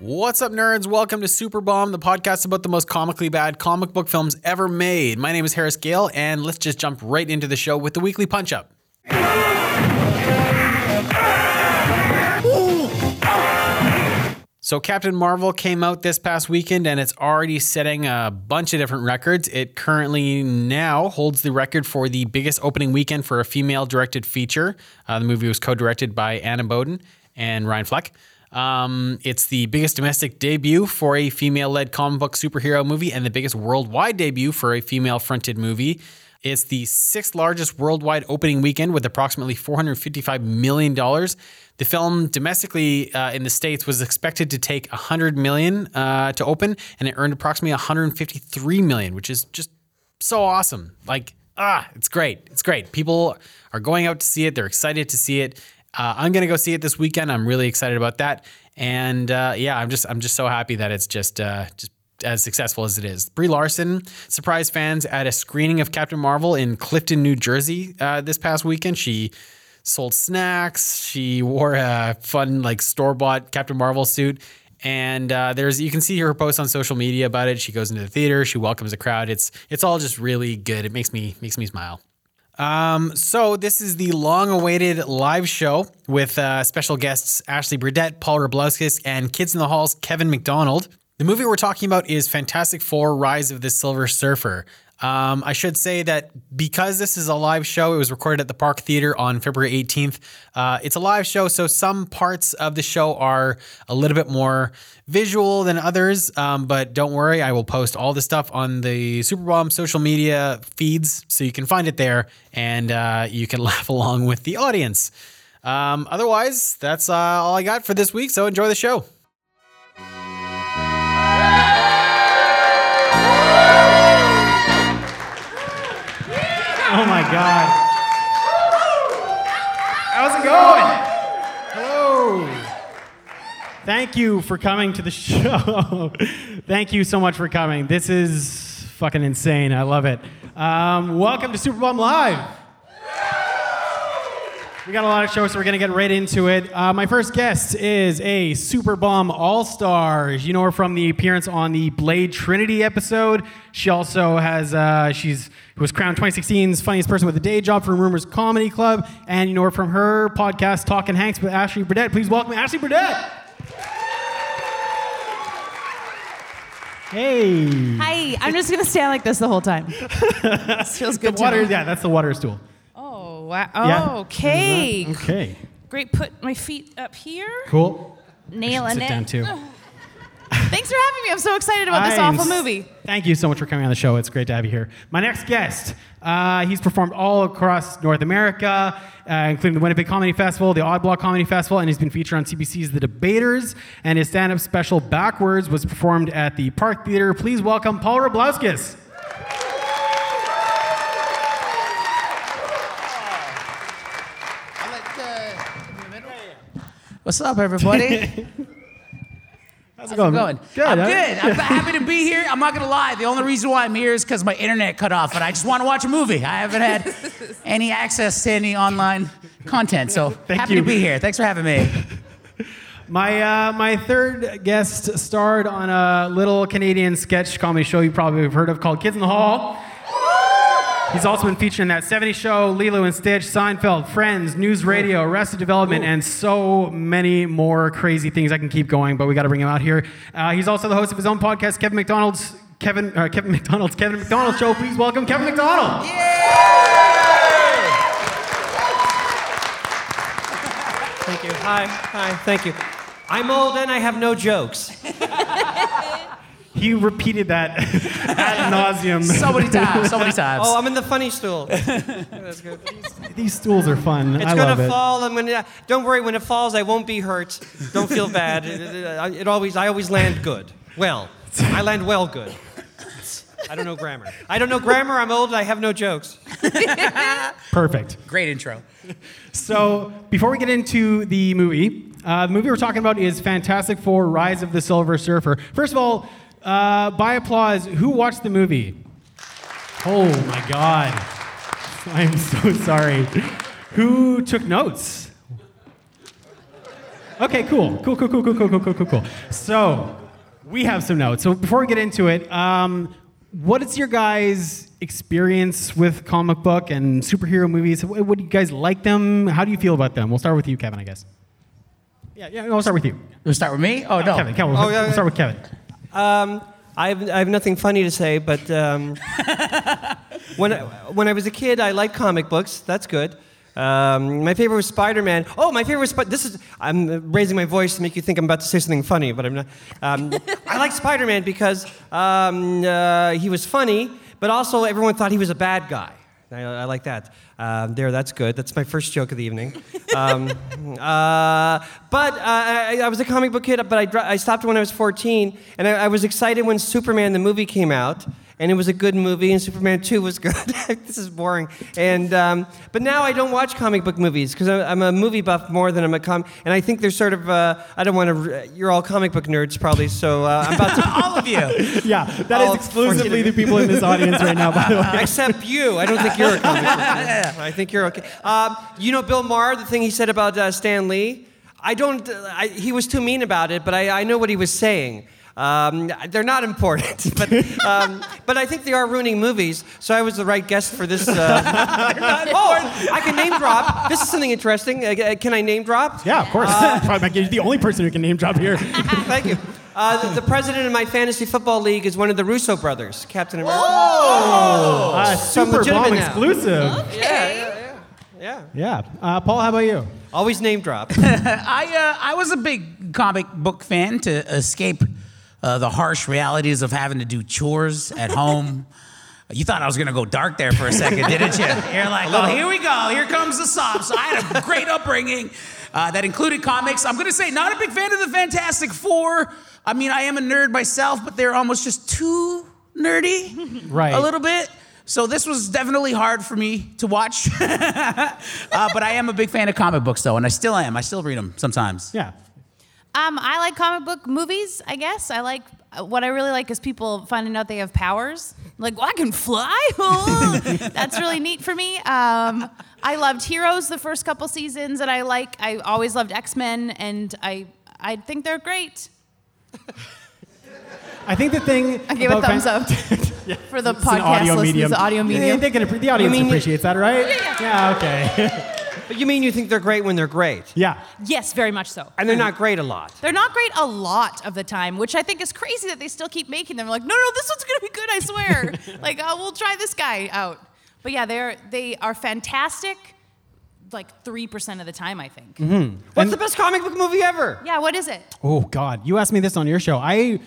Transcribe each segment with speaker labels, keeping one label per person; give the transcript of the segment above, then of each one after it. Speaker 1: What's up, nerds? Welcome to Super Bomb, the podcast about the most comically bad comic book films ever made. My name is Harris Gale, and let's just jump right into the show with the weekly punch up. So, Captain Marvel came out this past weekend and it's already setting a bunch of different records. It currently now holds the record for the biggest opening weekend for a female directed feature. Uh, the movie was co directed by Anna Boden and Ryan Fleck. Um, it's the biggest domestic debut for a female led comic book superhero movie and the biggest worldwide debut for a female fronted movie. It's the sixth largest worldwide opening weekend with approximately $455 million. The film domestically uh, in the States was expected to take $100 million uh, to open, and it earned approximately $153 million, which is just so awesome. Like, ah, it's great. It's great. People are going out to see it, they're excited to see it. Uh, I'm gonna go see it this weekend. I'm really excited about that, and uh, yeah, I'm just I'm just so happy that it's just uh, just as successful as it is. Brie Larson surprised fans at a screening of Captain Marvel in Clifton, New Jersey uh, this past weekend. She sold snacks. She wore a fun like store bought Captain Marvel suit. And uh, there's you can see her post on social media about it. She goes into the theater. She welcomes the crowd. It's it's all just really good. It makes me makes me smile. Um, so this is the long-awaited live show with uh, special guests Ashley Burdett, Paul Roblowskis, and Kids in the Hall's Kevin McDonald. The movie we're talking about is Fantastic Four: Rise of the Silver Surfer. Um, I should say that because this is a live show, it was recorded at the Park Theater on February 18th. Uh, it's a live show, so some parts of the show are a little bit more visual than others. Um, but don't worry, I will post all the stuff on the Superbomb social media feeds, so you can find it there and uh, you can laugh along with the audience. Um, otherwise, that's uh, all I got for this week. So enjoy the show.
Speaker 2: Oh my god. How's it going? Thank you for coming to the show. Thank you so much for coming. This is fucking insane. I love it. Um, welcome to Superbomb Live. We got a lot of shows, so we're gonna get right into it. Uh, my first guest is a Super Bomb All Star. You know her from the appearance on the Blade Trinity episode. She also has uh, she's was crowned 2016's funniest person with a day job from Rumors Comedy Club, and you know her from her podcast Talking Hanks with Ashley Burdett. Please welcome Ashley Burdett. Hey,
Speaker 3: Hi, I'm just gonna stand like this the whole time. this feels good. to
Speaker 2: water.
Speaker 3: me.
Speaker 2: Yeah, that's the water stool.
Speaker 3: Oh wow. Oh,
Speaker 2: Yeah. Mm-hmm.
Speaker 3: okay.
Speaker 2: Okay,
Speaker 3: Great. Put my feet up here.
Speaker 2: cool.
Speaker 3: Nailing
Speaker 2: Sit
Speaker 3: it.
Speaker 2: down too.
Speaker 3: Thanks for having me. I'm so excited about this
Speaker 2: I am
Speaker 3: awful
Speaker 2: s-
Speaker 3: movie.
Speaker 2: Thank you so much for coming on the show. It's great to have you here. My next guest, uh, he's performed all across North America, uh, including the Winnipeg Comedy Festival, the Oddblock Comedy Festival, and he's been featured on CBC's The Debaters. And his stand-up special Backwards was performed at the Park Theater. Please welcome Paul Roblauskis.
Speaker 4: What's up, everybody?
Speaker 2: How's
Speaker 4: How's it going?
Speaker 2: Good.
Speaker 4: I'm
Speaker 2: huh?
Speaker 4: good. I'm happy to be here. I'm not gonna lie. The only reason why I'm here is because my internet cut off, and I just want to watch a movie. I haven't had any access to any online content, so
Speaker 2: Thank
Speaker 4: happy
Speaker 2: you.
Speaker 4: to be here. Thanks for having me.
Speaker 2: My, uh, my third guest starred on a little Canadian sketch comedy show you probably have heard of called Kids in the Hall. He's also been featured in that 70s show, Lilo and Stitch, Seinfeld, Friends, News Radio, Arrested Development, and so many more crazy things. I can keep going, but we got to bring him out here. Uh, he's also the host of his own podcast, Kevin McDonald's Kevin uh, Kevin McDonald's Kevin McDonald Show. Please welcome Kevin McDonald.
Speaker 5: Thank you. Hi. Hi. Thank you. I'm old and I have no jokes.
Speaker 2: He repeated that ad nauseum.
Speaker 4: So many times. So many times.
Speaker 5: Oh, I'm in the funny stool. It's
Speaker 2: These stools are fun. I love
Speaker 5: gonna
Speaker 2: it.
Speaker 5: fall. I'm gonna. Don't worry. When it falls, I won't be hurt. Don't feel bad. It, it- it always. I always land good. Well, I land well good. I don't know grammar. I don't know grammar. I'm old. and I have no jokes.
Speaker 2: Perfect.
Speaker 4: Great intro.
Speaker 2: So before we get into the movie, uh, the movie we're talking about is Fantastic Four: Rise of the Silver Surfer. First of all, uh, by applause, who watched the movie? Oh my God! I'm so sorry. Who took notes?
Speaker 1: Okay, cool. Cool, cool, cool, cool, cool, cool, cool, cool, cool. So, we have some notes. So, before we get into it, um, what is your guys' experience with comic book and superhero movies? Wh- What do you guys like them? How do you feel about them? We'll start with you, Kevin, I guess. Yeah, yeah, we'll start with you.
Speaker 4: We'll start with me. Oh no,
Speaker 1: Kevin, Kevin, we'll,
Speaker 5: Oh, yeah,
Speaker 1: we'll start with Kevin.
Speaker 5: Um, I have, I have nothing funny to say, but um, when, I, when I was a kid, I liked comic books. That's good. Um, my favorite was Spider Man. Oh, my favorite was Spider This is, I'm raising my voice to make you think I'm about to say something funny, but I'm not. Um, I like Spider Man because um, uh, he was funny, but also everyone thought he was a bad guy. I, I like that. Um, there, that's good. That's my first joke of the evening. Um, uh, but uh, I, I was a comic book kid, but I, dro- I stopped when I was 14, and I, I was excited when Superman the movie came out, and it was a good movie, and Superman 2 was good. this is boring. And um, but now I don't watch comic book movies because I'm a movie buff more than I'm a com. And I think they're sort of uh, I don't want to. Re- you're all comic book nerds probably, so uh, I'm about to.
Speaker 4: all of you.
Speaker 1: Yeah, that is
Speaker 5: Oh,
Speaker 1: exclusively the people in this audience right now, by the way.
Speaker 5: Except you. I don't think you're a comic book nerd. I think you're okay. Um, you know Bill Maher, the thing he said about uh, Stan Lee? I don't, I, he was too mean about it, but I, I know what he was saying. Um, they're not important, but, um, but I think they are ruining movies, so I was the right guest for this. Uh, oh, I can name drop. This is something interesting. Uh, can I name drop?
Speaker 1: Yeah, of course. Probably Mike, you're the only person who can name drop here.
Speaker 5: Thank you. Uh, the, the president of my fantasy football league is one of the Russo brothers, Captain America.
Speaker 1: Uh,
Speaker 5: Oh. Some
Speaker 1: Super
Speaker 5: legitimate
Speaker 1: Bomb
Speaker 5: now.
Speaker 1: exclusive.
Speaker 5: Yeah, yeah, yeah. Yeah.
Speaker 1: Yeah. Uh, Paul, how about you?
Speaker 5: Always name drop.
Speaker 4: I uh, I was a big comic book fan to escape uh, the harsh realities of having to do chores at home. You thought I was gonna go dark there for a second, didn't you? You're like, oh, here we go, here comes the sobs. I had a great upbringing uh, that included comics. I'm gonna say, not a big fan of the Fantastic Four. I mean, I am a nerd myself, but they're almost just too nerdy,
Speaker 1: Right.
Speaker 4: A little bit. So this was definitely hard for me to watch. Uh, but I am a big fan of comic books, though, and I still am. I still read them sometimes.
Speaker 1: Yeah.
Speaker 3: Um, I like comic book movies, I guess. I like uh, what I really like is people finding out they have powers. Like, well, I can fly. Oh, That's really neat for me. Um, I loved Heroes the first couple seasons, and I like. I always loved X Men, and I I think they're great.
Speaker 1: I think the thing.
Speaker 6: I gave a
Speaker 1: about fan-
Speaker 6: thumbs up for the
Speaker 1: It's an audio
Speaker 6: podcast listeners.
Speaker 1: medium.
Speaker 6: The audio
Speaker 1: Yeah,
Speaker 6: medium.
Speaker 1: they can, appre- the audience
Speaker 5: You mean-
Speaker 1: appreciates that, right? Yeah, okay.
Speaker 5: But you mean you think they're great when they're great?
Speaker 1: yeah.
Speaker 3: Yes, very much so.
Speaker 5: And they're not great a lot.
Speaker 3: They're not great a lot of the time, which I think is crazy that they still keep making them. Like, no, no, this one's gonna be good, I swear. like, oh, we'll try this guy out. But yeah, they're they are fantastic, like three percent of the time, I think.
Speaker 1: Mm-hmm.
Speaker 5: What's the best comic book movie ever?
Speaker 3: Yeah, what is it?
Speaker 1: Oh God, you asked me this on your show. I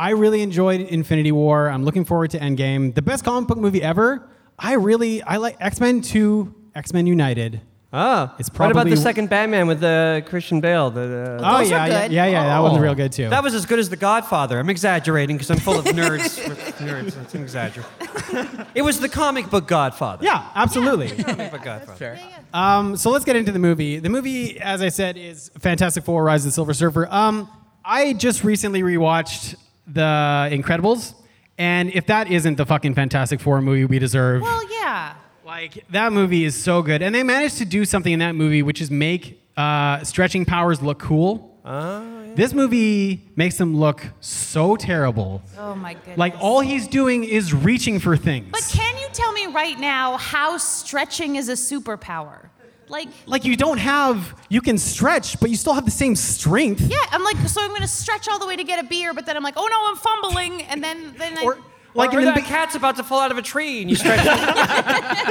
Speaker 1: I really enjoyed Infinity War. I'm looking forward to Endgame. The best comic book movie ever. I really I like X Men Two, X Men United.
Speaker 5: Ah,
Speaker 1: It's
Speaker 5: What about
Speaker 1: probably-
Speaker 5: the second Batman with uh, Christian Bale? The, uh,
Speaker 1: oh
Speaker 3: Those are
Speaker 1: yeah,
Speaker 3: good.
Speaker 1: yeah, yeah, yeah. That was real good too.
Speaker 5: Oh. That was as good as The Godfather. I'm exaggerating because I'm full of nerds. nerds, that's an exaggeration. it was the comic book Godfather.
Speaker 1: yeah, absolutely.
Speaker 5: Comic book Godfather.
Speaker 1: Um, so let's get into the movie. The movie, as I said, is Fantastic Four: Rise of the Silver Surfer. Um, I just recently rewatched The Incredibles, and if that isn't the fucking Fantastic Four movie we deserve,
Speaker 3: Well, yeah.
Speaker 1: Like that movie is so good, and they managed to do something in that movie, which is make uh, stretching powers look cool.
Speaker 3: Oh,
Speaker 1: This movie makes them look so terrible.
Speaker 3: Oh my goodness.
Speaker 1: Like all he's doing is reaching for things.
Speaker 3: But can you tell me right now how stretching is a superpower? Like
Speaker 1: like you don't have, you can stretch, but you still have the same strength.
Speaker 3: yeah, I'm like, so I'm gonna stretch all the way to get a beer, but then I'm like, oh no, I'm fumbling, and then then I,
Speaker 1: Or
Speaker 5: Like
Speaker 1: like in the
Speaker 5: that
Speaker 1: be-
Speaker 5: cat's about to fall out of a tree and you stretch it.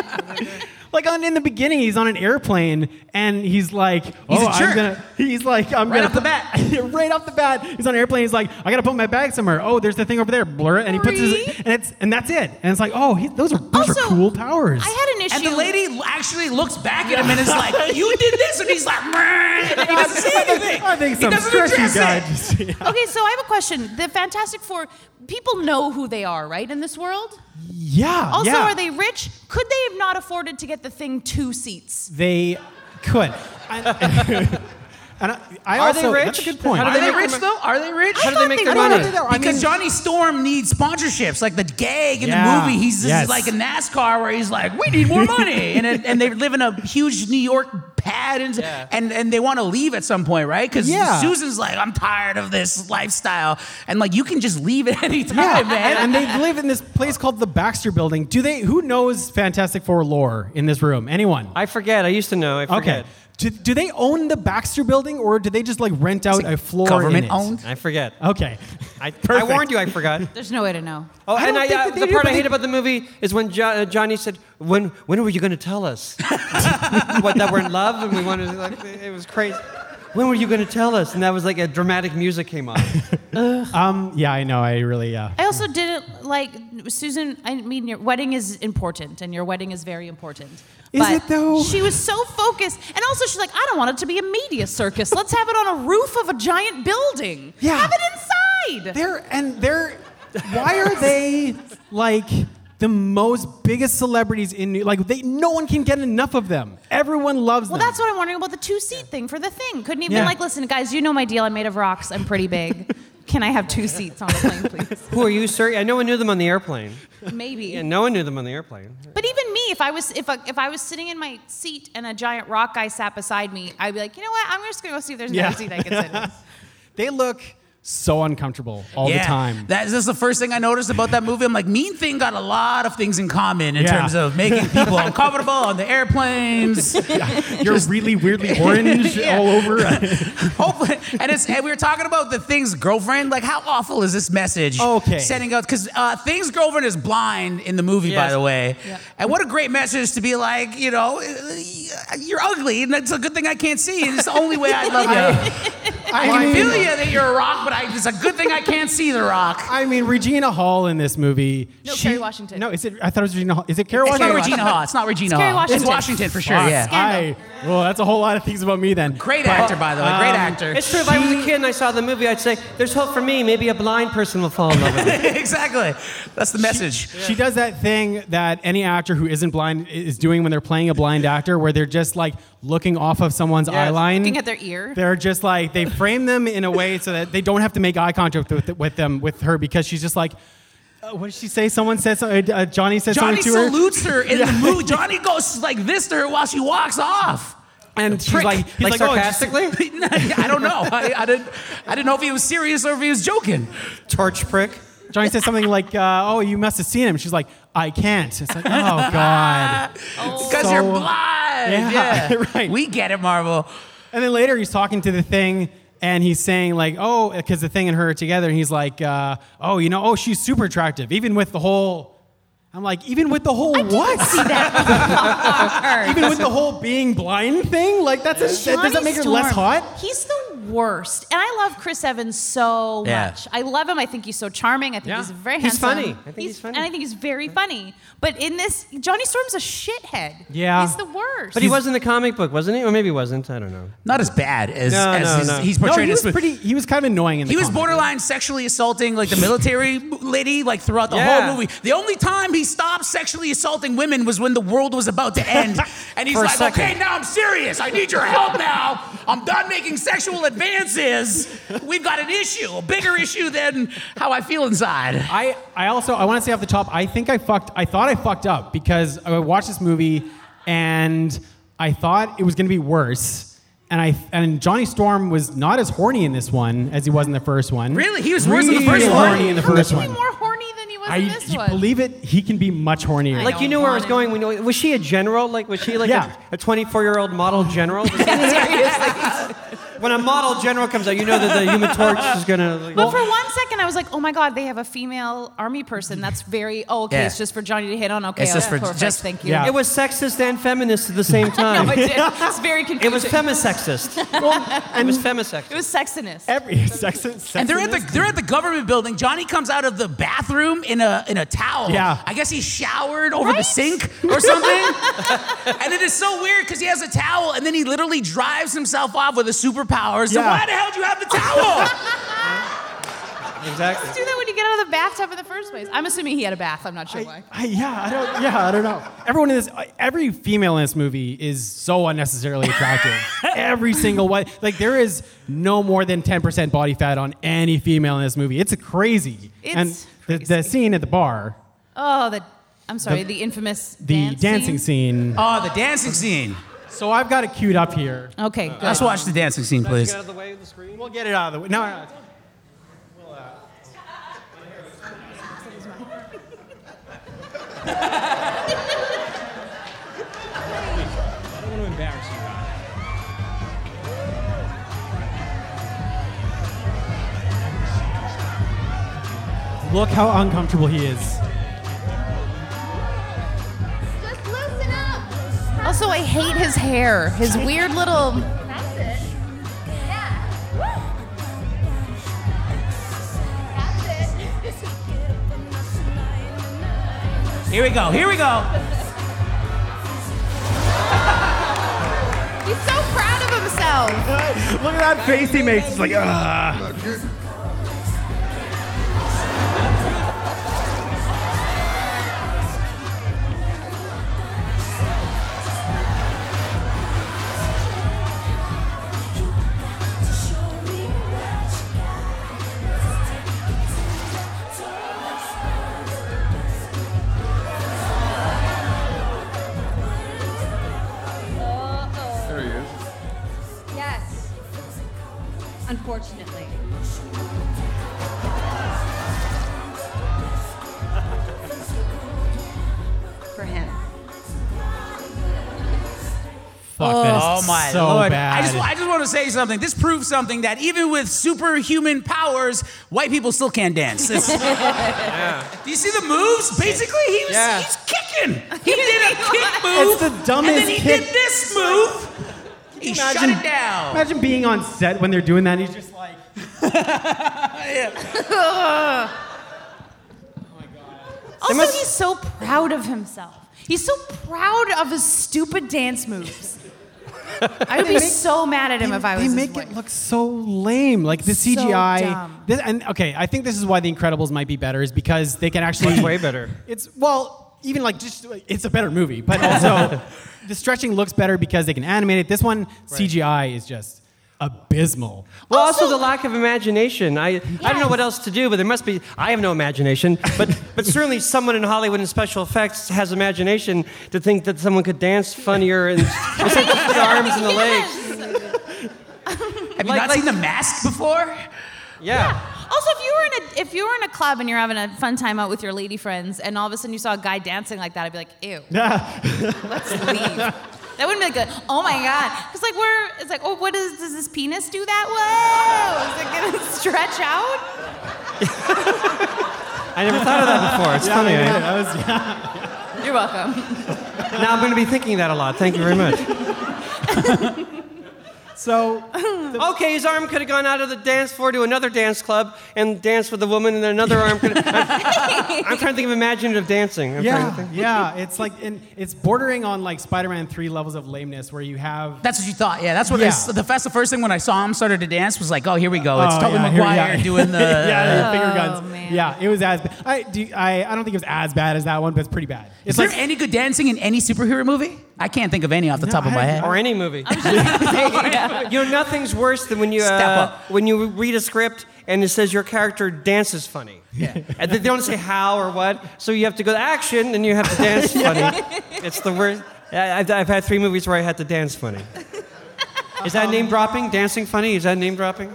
Speaker 1: like on in the beginning, he's on an airplane and he's like, oh,
Speaker 4: a
Speaker 1: I'm
Speaker 4: jerk."
Speaker 1: gonna. He's like, I'm
Speaker 4: Right
Speaker 1: gonna
Speaker 4: off the
Speaker 1: bat. right off the bat, he's on an airplane. He's like, I gotta put my bag somewhere. Oh, there's the thing over there. Blur it, and he puts his,
Speaker 3: Sorry.
Speaker 1: and it's and that's it. And it's like, oh, he, those are those
Speaker 3: also
Speaker 1: are cool powers.
Speaker 3: I had an issue.
Speaker 4: And the lady actually looks back at him and is like, "You did this," and he's like, "Meh," and he doesn't say anything.
Speaker 1: I think some
Speaker 4: he doesn't
Speaker 1: stretchy
Speaker 4: address
Speaker 1: guy.
Speaker 4: it.
Speaker 1: Just, yeah.
Speaker 3: Okay, so I have a question. The Fantastic Four, people know who they are, right, in this world?
Speaker 1: yeah.
Speaker 3: Also,
Speaker 1: yeah.
Speaker 3: are they rich? Could they have not afforded to get the thing two seats?
Speaker 1: They could. I, And I, I
Speaker 5: Are
Speaker 1: also,
Speaker 5: they rich?
Speaker 1: That's a good point.
Speaker 5: How do
Speaker 4: Are they
Speaker 5: make
Speaker 4: rich
Speaker 5: their
Speaker 4: though? Are they rich?
Speaker 5: How do they make their
Speaker 1: I
Speaker 5: money?
Speaker 1: don't think they are. I
Speaker 4: Because
Speaker 1: mean-
Speaker 4: Johnny Storm needs sponsorships, like the gag in
Speaker 1: Yeah.
Speaker 4: the movie. He's this
Speaker 1: Yes.
Speaker 4: is like a NASCAR where he's like, "We need more money," and it, and they live in a huge New York pad, and
Speaker 5: Yeah.
Speaker 4: and, and they want to leave at some point, right? Because
Speaker 1: Yeah.
Speaker 4: Susan's like, "I'm tired of this lifestyle," and like you can just leave at any time,
Speaker 1: Yeah,
Speaker 4: man.
Speaker 1: and they live in this place called the Baxter Building. Do they? Who knows Fantastic Four lore in this room? Anyone?
Speaker 5: I forget. I used to know. I forget.
Speaker 1: okay. Do, do they own the Baxter Building, or do they just like rent out a floor? in it?
Speaker 4: Government owned.
Speaker 5: I forget.
Speaker 1: Okay. Uh,
Speaker 5: I, I
Speaker 1: Perfect.
Speaker 5: warned you. I forgot.
Speaker 3: There's no way to know.
Speaker 5: Oh,
Speaker 1: I
Speaker 5: and
Speaker 1: don't
Speaker 5: I,
Speaker 1: think
Speaker 5: uh,
Speaker 1: that they
Speaker 5: the
Speaker 1: do,
Speaker 5: part
Speaker 1: but
Speaker 5: I hate
Speaker 1: they-
Speaker 5: about the movie is when jo- uh, Johnny said, "When when were you going to tell us what that we're in love?" And we wanted to, like it was crazy. When were you going to tell us? And that was like a dramatic music came on.
Speaker 1: Um. Yeah, I know. I really. uh, Yeah.
Speaker 3: I also didn't like Susan. I mean, your wedding is important, and your wedding is very important.
Speaker 1: Is it, though?
Speaker 3: She was so focused, and also she's like, I don't want it to be a media circus. Let's have it on a roof of a giant building.
Speaker 1: Yeah.
Speaker 3: have it inside.
Speaker 1: They're and they're. Why are they like the most biggest celebrities in New? Like they, no one can get enough of them. Everyone loves
Speaker 3: well,
Speaker 1: them.
Speaker 3: that's what I'm wondering about the two seat thing for the thing. Couldn't even
Speaker 1: Yeah.
Speaker 3: like, listen, guys, you know my deal. I'm made of rocks. I'm pretty big. Can I have two seats on the plane, please?
Speaker 5: Who are you, sir? I no one knew them on the airplane.
Speaker 3: Maybe.
Speaker 5: Yeah, no one knew them on the airplane.
Speaker 3: But even me, if I was if a, if I was sitting in my seat and a giant rock guy sat beside me, I'd be like, you know what? I'm just gonna go see if there's
Speaker 1: Yeah.
Speaker 3: another seat I can sit in.
Speaker 1: they look so uncomfortable all the time.
Speaker 4: That, that's the first thing I noticed about that movie. I'm like, Mean Thing got a lot of things in common in
Speaker 1: Yeah.
Speaker 4: terms of making people uncomfortable on the airplanes.
Speaker 1: You're really weirdly orange
Speaker 4: Yeah.
Speaker 1: all over.
Speaker 4: Hopefully, and it's and we were talking about the things girlfriend. Like, how awful is this message?
Speaker 1: Okay.
Speaker 4: sending out because uh, things girlfriend is blind in the movie, by
Speaker 5: Yes.
Speaker 4: the way. And what a great message to be like, you know, you're ugly, and it's a good thing I can't see. And it's the only way I love you. I,
Speaker 1: mean-
Speaker 4: can feel you that you're a rock, but I, it's a good thing I can't see the rock.
Speaker 1: I mean, Regina Hall in this movie.
Speaker 3: No, Carrie Washington.
Speaker 1: No, is it? I thought it was Regina Hall. Is it Carrie
Speaker 4: It's
Speaker 1: Washington?
Speaker 4: not Regina Hall. It's not Regina
Speaker 3: Kerry
Speaker 4: Hall. It's
Speaker 3: Washington.
Speaker 4: Washington for sure.
Speaker 1: Fuck,
Speaker 4: Yeah.
Speaker 1: I, well, that's a whole lot of things about me then.
Speaker 4: Great actor, by the way. Great actor.
Speaker 5: It's true. If I was a kid and I saw the movie, I'd say, "There's hope for me. Maybe a blind person will fall in love with me."
Speaker 4: exactly. That's the message.
Speaker 1: She does that thing that any actor who isn't blind is doing when they're playing a blind actor, where they're just like looking off of someone's eye line.
Speaker 3: Looking at their ear.
Speaker 1: They're just like they frame them in a way so that they don't have to make eye contact with, with them with her because she's just like, uh, what did she say? Someone said something. Uh, Johnny said
Speaker 4: Johnny
Speaker 1: something to her.
Speaker 4: salutes her in the movie. Johnny goes like this to her while she walks off.
Speaker 1: and she's
Speaker 4: prick.
Speaker 1: like, he's
Speaker 5: like,
Speaker 1: like, "Oh, it's just-
Speaker 5: sarcastically,
Speaker 4: I don't know. I, I didn't. I didn't know if he was serious or if he was joking.
Speaker 5: torch prick.
Speaker 1: Johnny says something like, uh, "Oh, you must have seen him." She's like, "I can't." It's like, "Oh God!"
Speaker 4: Because
Speaker 1: So-
Speaker 4: you're blind.
Speaker 1: Yeah,
Speaker 4: Yeah,
Speaker 1: right.
Speaker 4: We get it, Marvel.
Speaker 1: And then later, he's talking to the thing, and he's saying like, "Oh," because the thing and her are together, and he's like, uh, "Oh, you know, oh, she's super attractive, even with the whole." I'm like, even with the whole what?
Speaker 3: See that?
Speaker 1: Even with the whole being blind thing, like that's a, that doesn't
Speaker 3: Johnny
Speaker 1: make her less
Speaker 3: Storm,
Speaker 1: hot.
Speaker 3: He's the worst, and I love Chris Evans so
Speaker 4: Yeah.
Speaker 3: much. I love him. I think he's so charming. I think
Speaker 1: Yeah.
Speaker 3: he's very
Speaker 5: He's
Speaker 3: handsome.
Speaker 5: funny. I think he's funny.
Speaker 3: and I think he's very funny. But in this, Johnny Storm's a shithead.
Speaker 1: Yeah.
Speaker 3: he's the worst.
Speaker 5: But he was in the comic book, wasn't he? Or maybe he wasn't. I don't know.
Speaker 4: Not as bad as,
Speaker 5: No,
Speaker 4: as
Speaker 5: no,
Speaker 4: his,
Speaker 5: no.
Speaker 4: he's
Speaker 1: No,
Speaker 4: portrayed.
Speaker 1: he
Speaker 4: in
Speaker 1: was
Speaker 4: this movie.
Speaker 1: pretty. He was kind of annoying in the.
Speaker 4: He was
Speaker 1: comic.
Speaker 4: borderline sexually assaulting like the military lady like throughout the
Speaker 5: Yeah.
Speaker 4: whole movie. The only time he stopped sexually assaulting women was when the world was about to end. And he's
Speaker 5: For a
Speaker 4: like,
Speaker 5: second.
Speaker 4: okay, now I'm serious. I need your help now. I'm done making sexual advances. We've got an issue, a bigger issue than how I feel inside.
Speaker 1: I, I also I want to say off the top, I think I fucked I thought I fucked up because I watched this movie and I thought it was gonna be worse. And I and Johnny Storm was not as horny in this one as he was in the first one.
Speaker 4: Really? He was worse in the
Speaker 1: Really
Speaker 4: first one?
Speaker 1: horny in the
Speaker 3: How
Speaker 1: first
Speaker 3: could
Speaker 1: one.
Speaker 3: he be more horny than he was
Speaker 1: I
Speaker 3: in this
Speaker 1: you
Speaker 3: one?
Speaker 1: believe it, he can be much hornier.
Speaker 5: Like you
Speaker 3: don't
Speaker 5: knew where I was
Speaker 3: want it.
Speaker 5: going. When you, was she a general? Like was she like
Speaker 1: Yeah.
Speaker 5: a 24 year old model general? when a model general comes out, you know that the Human Torch is gonna. Like,
Speaker 3: But for one second, I was like, "Oh my God, they have a female army person." That's very oh, okay.
Speaker 4: Yeah.
Speaker 3: It's just for Johnny to hit on. Okay,
Speaker 4: It's just
Speaker 3: okay,
Speaker 4: for-
Speaker 3: perfect,
Speaker 4: just-
Speaker 3: thank you.
Speaker 1: Yeah.
Speaker 5: it was sexist and feminist at the same time.
Speaker 3: No, it did. It's very confusing.
Speaker 5: It was femisexist. it was femisexist.
Speaker 3: It was sexiness.
Speaker 1: every sex, sex
Speaker 4: And they're
Speaker 1: in
Speaker 4: at the
Speaker 1: this?
Speaker 4: they're at the government building. Johnny comes out of the bathroom in a in a towel.
Speaker 1: Yeah.
Speaker 4: I guess he showered over the
Speaker 3: Right?
Speaker 4: sink or something. and it is so weird because he has a towel and then he literally drives himself off with his superpowers. So
Speaker 1: Yeah.
Speaker 4: why the hell do you have the towel?
Speaker 5: exactly.
Speaker 3: do that when he get out of the bathtub in the first place? I'm assuming he had a bath. I'm not sure why.
Speaker 1: I, yeah, I don't. Yeah, I don't know. Everyone in this, every female in this movie is so unnecessarily attractive. every single one. Like there is no more than 10% body fat on any female in this movie. It's crazy.
Speaker 3: It's
Speaker 1: and The, the
Speaker 3: crazy.
Speaker 1: scene at the bar,
Speaker 3: Oh, the I'm sorry, the, infamous
Speaker 1: the
Speaker 3: dance
Speaker 1: dancing
Speaker 3: scene.
Speaker 1: scene. Oh,
Speaker 4: Oh, the dancing scene.
Speaker 1: So I've got it queued up here.
Speaker 3: Okay, good.
Speaker 4: Let's watch the dancing scene, please.
Speaker 5: Get out of the way of the screen.
Speaker 1: We'll get it out of the way. No, no, no. it's-
Speaker 5: I don't want to embarrass you guys.
Speaker 1: Look how uncomfortable he is.
Speaker 7: Just loosen up.
Speaker 3: Also, I hate his hair. His weird little.
Speaker 7: That's it. Yeah. That's it.
Speaker 4: Here we go. Here we go.
Speaker 3: He's so proud of himself.
Speaker 1: Look at that face he makes. It's like, ah.
Speaker 8: There he is.
Speaker 7: Yes. Unfortunately. For him.
Speaker 1: Fuck that is
Speaker 4: Oh my
Speaker 1: so
Speaker 4: lord!
Speaker 1: Bad.
Speaker 4: I just, I just want to say something. This proves something that even with superhuman powers, white people still can't dance. It's- Do you see the moves? Basically, he was
Speaker 5: Yeah.
Speaker 4: he's kicking. He did a kick move.
Speaker 1: It's the dumbest
Speaker 4: And then he
Speaker 1: kick.
Speaker 4: did this move. He shut it down.
Speaker 1: Imagine being on set when they're doing that and he's just like,
Speaker 3: Also, he's so proud of himself. He's so proud of his stupid dance moves. I would be so mad at him if I was
Speaker 1: they
Speaker 3: his
Speaker 1: make
Speaker 3: wife.
Speaker 1: it look so lame. Like the
Speaker 3: So
Speaker 1: CGI.
Speaker 3: dumb.
Speaker 1: This, and okay, I think this is why The Incredibles might be better, is because they can actually.
Speaker 5: Much way better.
Speaker 1: It's, well, even like just, it's a better movie, but also the stretching looks better because they can animate it. This one, CGI is just abysmal.
Speaker 5: Well, also, the lack of imagination. I, I don't know what else to do, but there must be. I have no imagination, but but certainly someone in Hollywood in special effects has imagination to think that someone could dance funnier and with the arms and the legs.
Speaker 4: Have you
Speaker 5: Like-
Speaker 4: not
Speaker 5: like-
Speaker 4: seen the mask before?
Speaker 5: Yeah.
Speaker 3: Also, if you were in a if you were in a club and you're having a fun time out with your lady friends, and all of a sudden you saw a guy dancing like that, I'd be like, ew. Let's leave. That wouldn't be like a, oh my god, because like we're it's like oh what is does this penis do that? Whoa, is it gonna stretch out?
Speaker 5: I never thought of that before. It's funny. I-
Speaker 3: You're welcome.
Speaker 5: Now I'm going to be thinking that a lot. Thank you very much.
Speaker 1: So
Speaker 5: okay, his arm could have gone out of the dance floor to another dance club and danced with a woman, and then another arm could. I'm, I'm trying to think of imaginative dancing. I'm trying to
Speaker 1: yeah,
Speaker 5: think.
Speaker 1: yeah, it's like and it's bordering on like Spider-Man three levels of lameness, where you have
Speaker 4: That's what you thought. Yeah, that's what.
Speaker 1: Yeah.
Speaker 4: I s the, that's the first thing when I saw him started to dance was like, oh, here we go. It's
Speaker 1: Oh,
Speaker 4: Tobey
Speaker 1: yeah, here-
Speaker 4: Maguire
Speaker 1: yeah.
Speaker 4: doing the.
Speaker 1: yeah, the finger guns.
Speaker 3: Oh, man.
Speaker 1: Yeah, it was as bad. I, do, I, I don't think it was as bad as that one, but it's pretty bad. It's
Speaker 4: Is there any good dancing in any superhero movie? I can't think of any off the
Speaker 1: No,
Speaker 4: top of
Speaker 1: I
Speaker 4: my
Speaker 1: don't-
Speaker 4: head.
Speaker 5: Or any movie. You know, nothing's worse than when you
Speaker 4: Step
Speaker 5: uh,
Speaker 4: up.
Speaker 5: when you read a script and it says your character dances funny. Yeah. And they don't say how or what, so you have to go action and you have to dance funny. It's the worst. I- I've, I've had three movies where I had to dance funny. Is that name dropping? Dancing funny? Is that name dropping?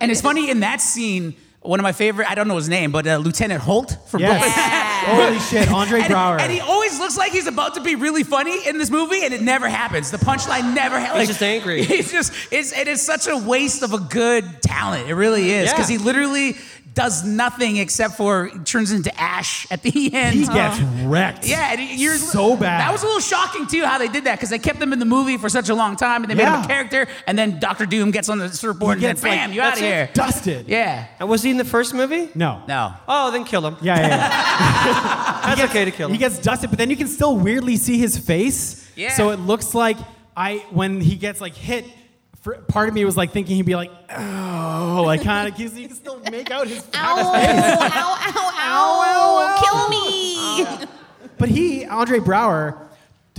Speaker 4: And it's funny in that scene. One of my favorite, I don't know his name, but uh, Lieutenant Holt from
Speaker 1: Yes.
Speaker 4: Brooklyn.
Speaker 1: Holy shit, Andre
Speaker 4: and,
Speaker 1: Brower.
Speaker 4: and he always looks like he's about to be really funny in this movie, and it never happens. The punchline never happens.
Speaker 5: just angry.
Speaker 4: He's just, it's, it is such a waste of a good talent. It really is. Because
Speaker 5: Yeah.
Speaker 4: he literally does nothing except for turns into ash at the end.
Speaker 1: he gets wrecked.
Speaker 4: Yeah, and you're
Speaker 1: So bad.
Speaker 4: That was a little shocking too how they did that because they kept them in the movie for such a long time and they made him
Speaker 1: Yeah.
Speaker 4: a character and then Doctor Doom gets on the surfboard
Speaker 1: He
Speaker 4: and
Speaker 1: gets,
Speaker 4: then
Speaker 1: like,
Speaker 4: bam, you out of
Speaker 5: that's
Speaker 4: here.
Speaker 5: it.
Speaker 1: dusted.
Speaker 4: Yeah.
Speaker 5: And was he in the first movie?
Speaker 1: No.
Speaker 4: No.
Speaker 5: Oh, then kill him.
Speaker 1: Yeah, yeah, yeah.
Speaker 5: That's okay to kill him.
Speaker 1: he gets dusted, but then you can still weirdly see his face.
Speaker 4: Yeah.
Speaker 1: So it looks like I when he gets like hit. For, part of me was like thinking he'd be like, oh, like kind of. You can still
Speaker 9: make out his.
Speaker 3: Ow, ow, ow, ow, kill me.
Speaker 1: But he, Andre Brower,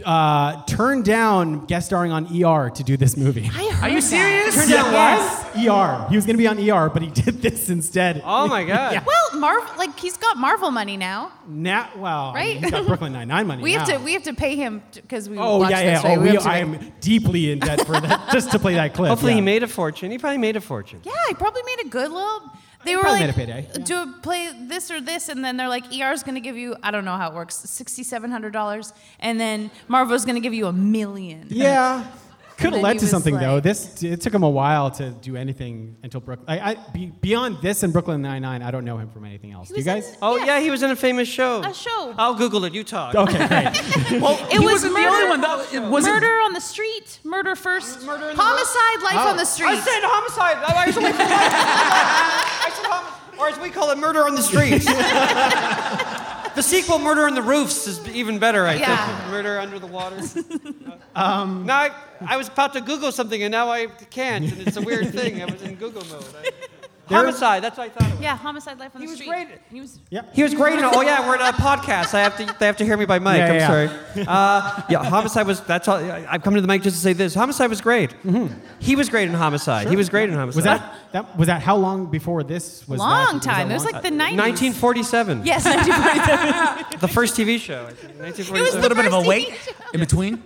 Speaker 1: uh, turned down guest starring on ER to do this movie.
Speaker 3: I heard
Speaker 4: Are you
Speaker 3: that.
Speaker 4: serious?
Speaker 1: Turned down what? ER. He was going to be on ER, but he did this instead.
Speaker 5: Oh my God.
Speaker 1: Yeah.
Speaker 3: Well, Marvel, like he's got Marvel money now.
Speaker 1: Now, well,
Speaker 3: Right?
Speaker 1: he got Brooklyn Nine Nine money.
Speaker 3: We have
Speaker 1: now.
Speaker 3: to we have to pay him because we
Speaker 1: Oh
Speaker 3: watched
Speaker 1: yeah, yeah.
Speaker 3: this.
Speaker 1: Oh,
Speaker 3: right?
Speaker 1: we,
Speaker 3: have to
Speaker 1: I
Speaker 3: pay-
Speaker 1: am deeply in debt for that just to play that clip.
Speaker 5: Hopefully,
Speaker 1: yeah.
Speaker 5: he made a fortune. He probably made a fortune.
Speaker 3: Yeah, he probably made a good little. They were
Speaker 1: probably
Speaker 3: like,
Speaker 1: made a payday, yeah.
Speaker 3: do play this or this, and then they're like, ER's going to give you, I don't know how it works, sixty-seven hundred dollars, and then Marvo's going to give you a million.
Speaker 1: Yeah. Could
Speaker 3: And
Speaker 1: have
Speaker 3: then
Speaker 1: led
Speaker 3: he
Speaker 1: to
Speaker 3: was
Speaker 1: something though.
Speaker 3: like-
Speaker 1: This it took him a while to do anything until Brooklyn. I, I be, beyond this and Brooklyn Nine Nine, I don't know him from anything else. Do you
Speaker 3: was
Speaker 1: guys?
Speaker 3: in-
Speaker 5: Oh
Speaker 3: Yeah.
Speaker 5: yeah. he was in a famous show.
Speaker 3: A show.
Speaker 1: Uh,
Speaker 5: I'll Google it. You talk.
Speaker 1: Okay, great.
Speaker 3: it
Speaker 4: he
Speaker 3: was
Speaker 4: wasn't the
Speaker 3: murder-
Speaker 4: only one. That, it wasn't,
Speaker 3: murder on the street, murder first,
Speaker 5: Murder in the-
Speaker 3: homicide, life
Speaker 1: Oh,
Speaker 3: on the street.
Speaker 5: I said homicide. I was like- I said homi- or as we call it, murder on the streets. the sequel, Murder on the Roofs, is even better, I
Speaker 3: Yeah.
Speaker 5: think. Murder under the water. um, now I, I was about to Google something and now I can't, and it's a weird thing. I was in Google mode. I- homicide. That's what I thought. It was.
Speaker 3: yeah, homicide, life on
Speaker 5: He
Speaker 3: the
Speaker 5: was
Speaker 3: street.
Speaker 5: great.
Speaker 3: He was
Speaker 1: Yeah.
Speaker 5: He was great. In, oh yeah, we're in a podcast. I have to. They have to hear me by mic.
Speaker 1: Yeah,
Speaker 5: I'm
Speaker 1: yeah,
Speaker 5: sorry. Uh, yeah, homicide was. That's all. I- I've come to the mic just to say this. Homicide was great. He was great in homicide. He was great in homicide.
Speaker 1: Mm-hmm. Was that that was that how long before this was? that-
Speaker 3: long
Speaker 1: was that
Speaker 3: time. It was
Speaker 1: long?
Speaker 3: like the nineties.
Speaker 5: 1947?
Speaker 3: Yes, 1947.
Speaker 5: The first TV show. I think,
Speaker 3: it was
Speaker 5: 1947.
Speaker 3: the
Speaker 4: a little bit of a
Speaker 3: first
Speaker 4: wait
Speaker 3: TV
Speaker 4: in between.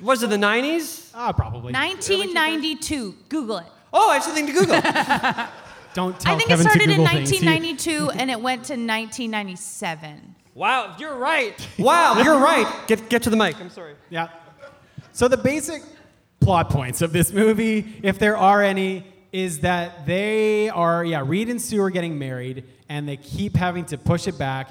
Speaker 5: Was it the 90s?
Speaker 1: ah probably.
Speaker 3: 1992. Google it.
Speaker 5: Oh, I have something to Google.
Speaker 1: Don't tell
Speaker 3: I think
Speaker 1: Oh, Kevin
Speaker 3: it started
Speaker 1: to
Speaker 3: in
Speaker 1: Google things. He-
Speaker 3: 1992 and it went to 1997.
Speaker 5: wow, you're right. Wow, you're right. Get get to the mic. I'm sorry.
Speaker 1: Yeah. So the basic plot points of this movie, if there are any, is that they are yeah Reed and Sue are getting married, and they keep having to push it back.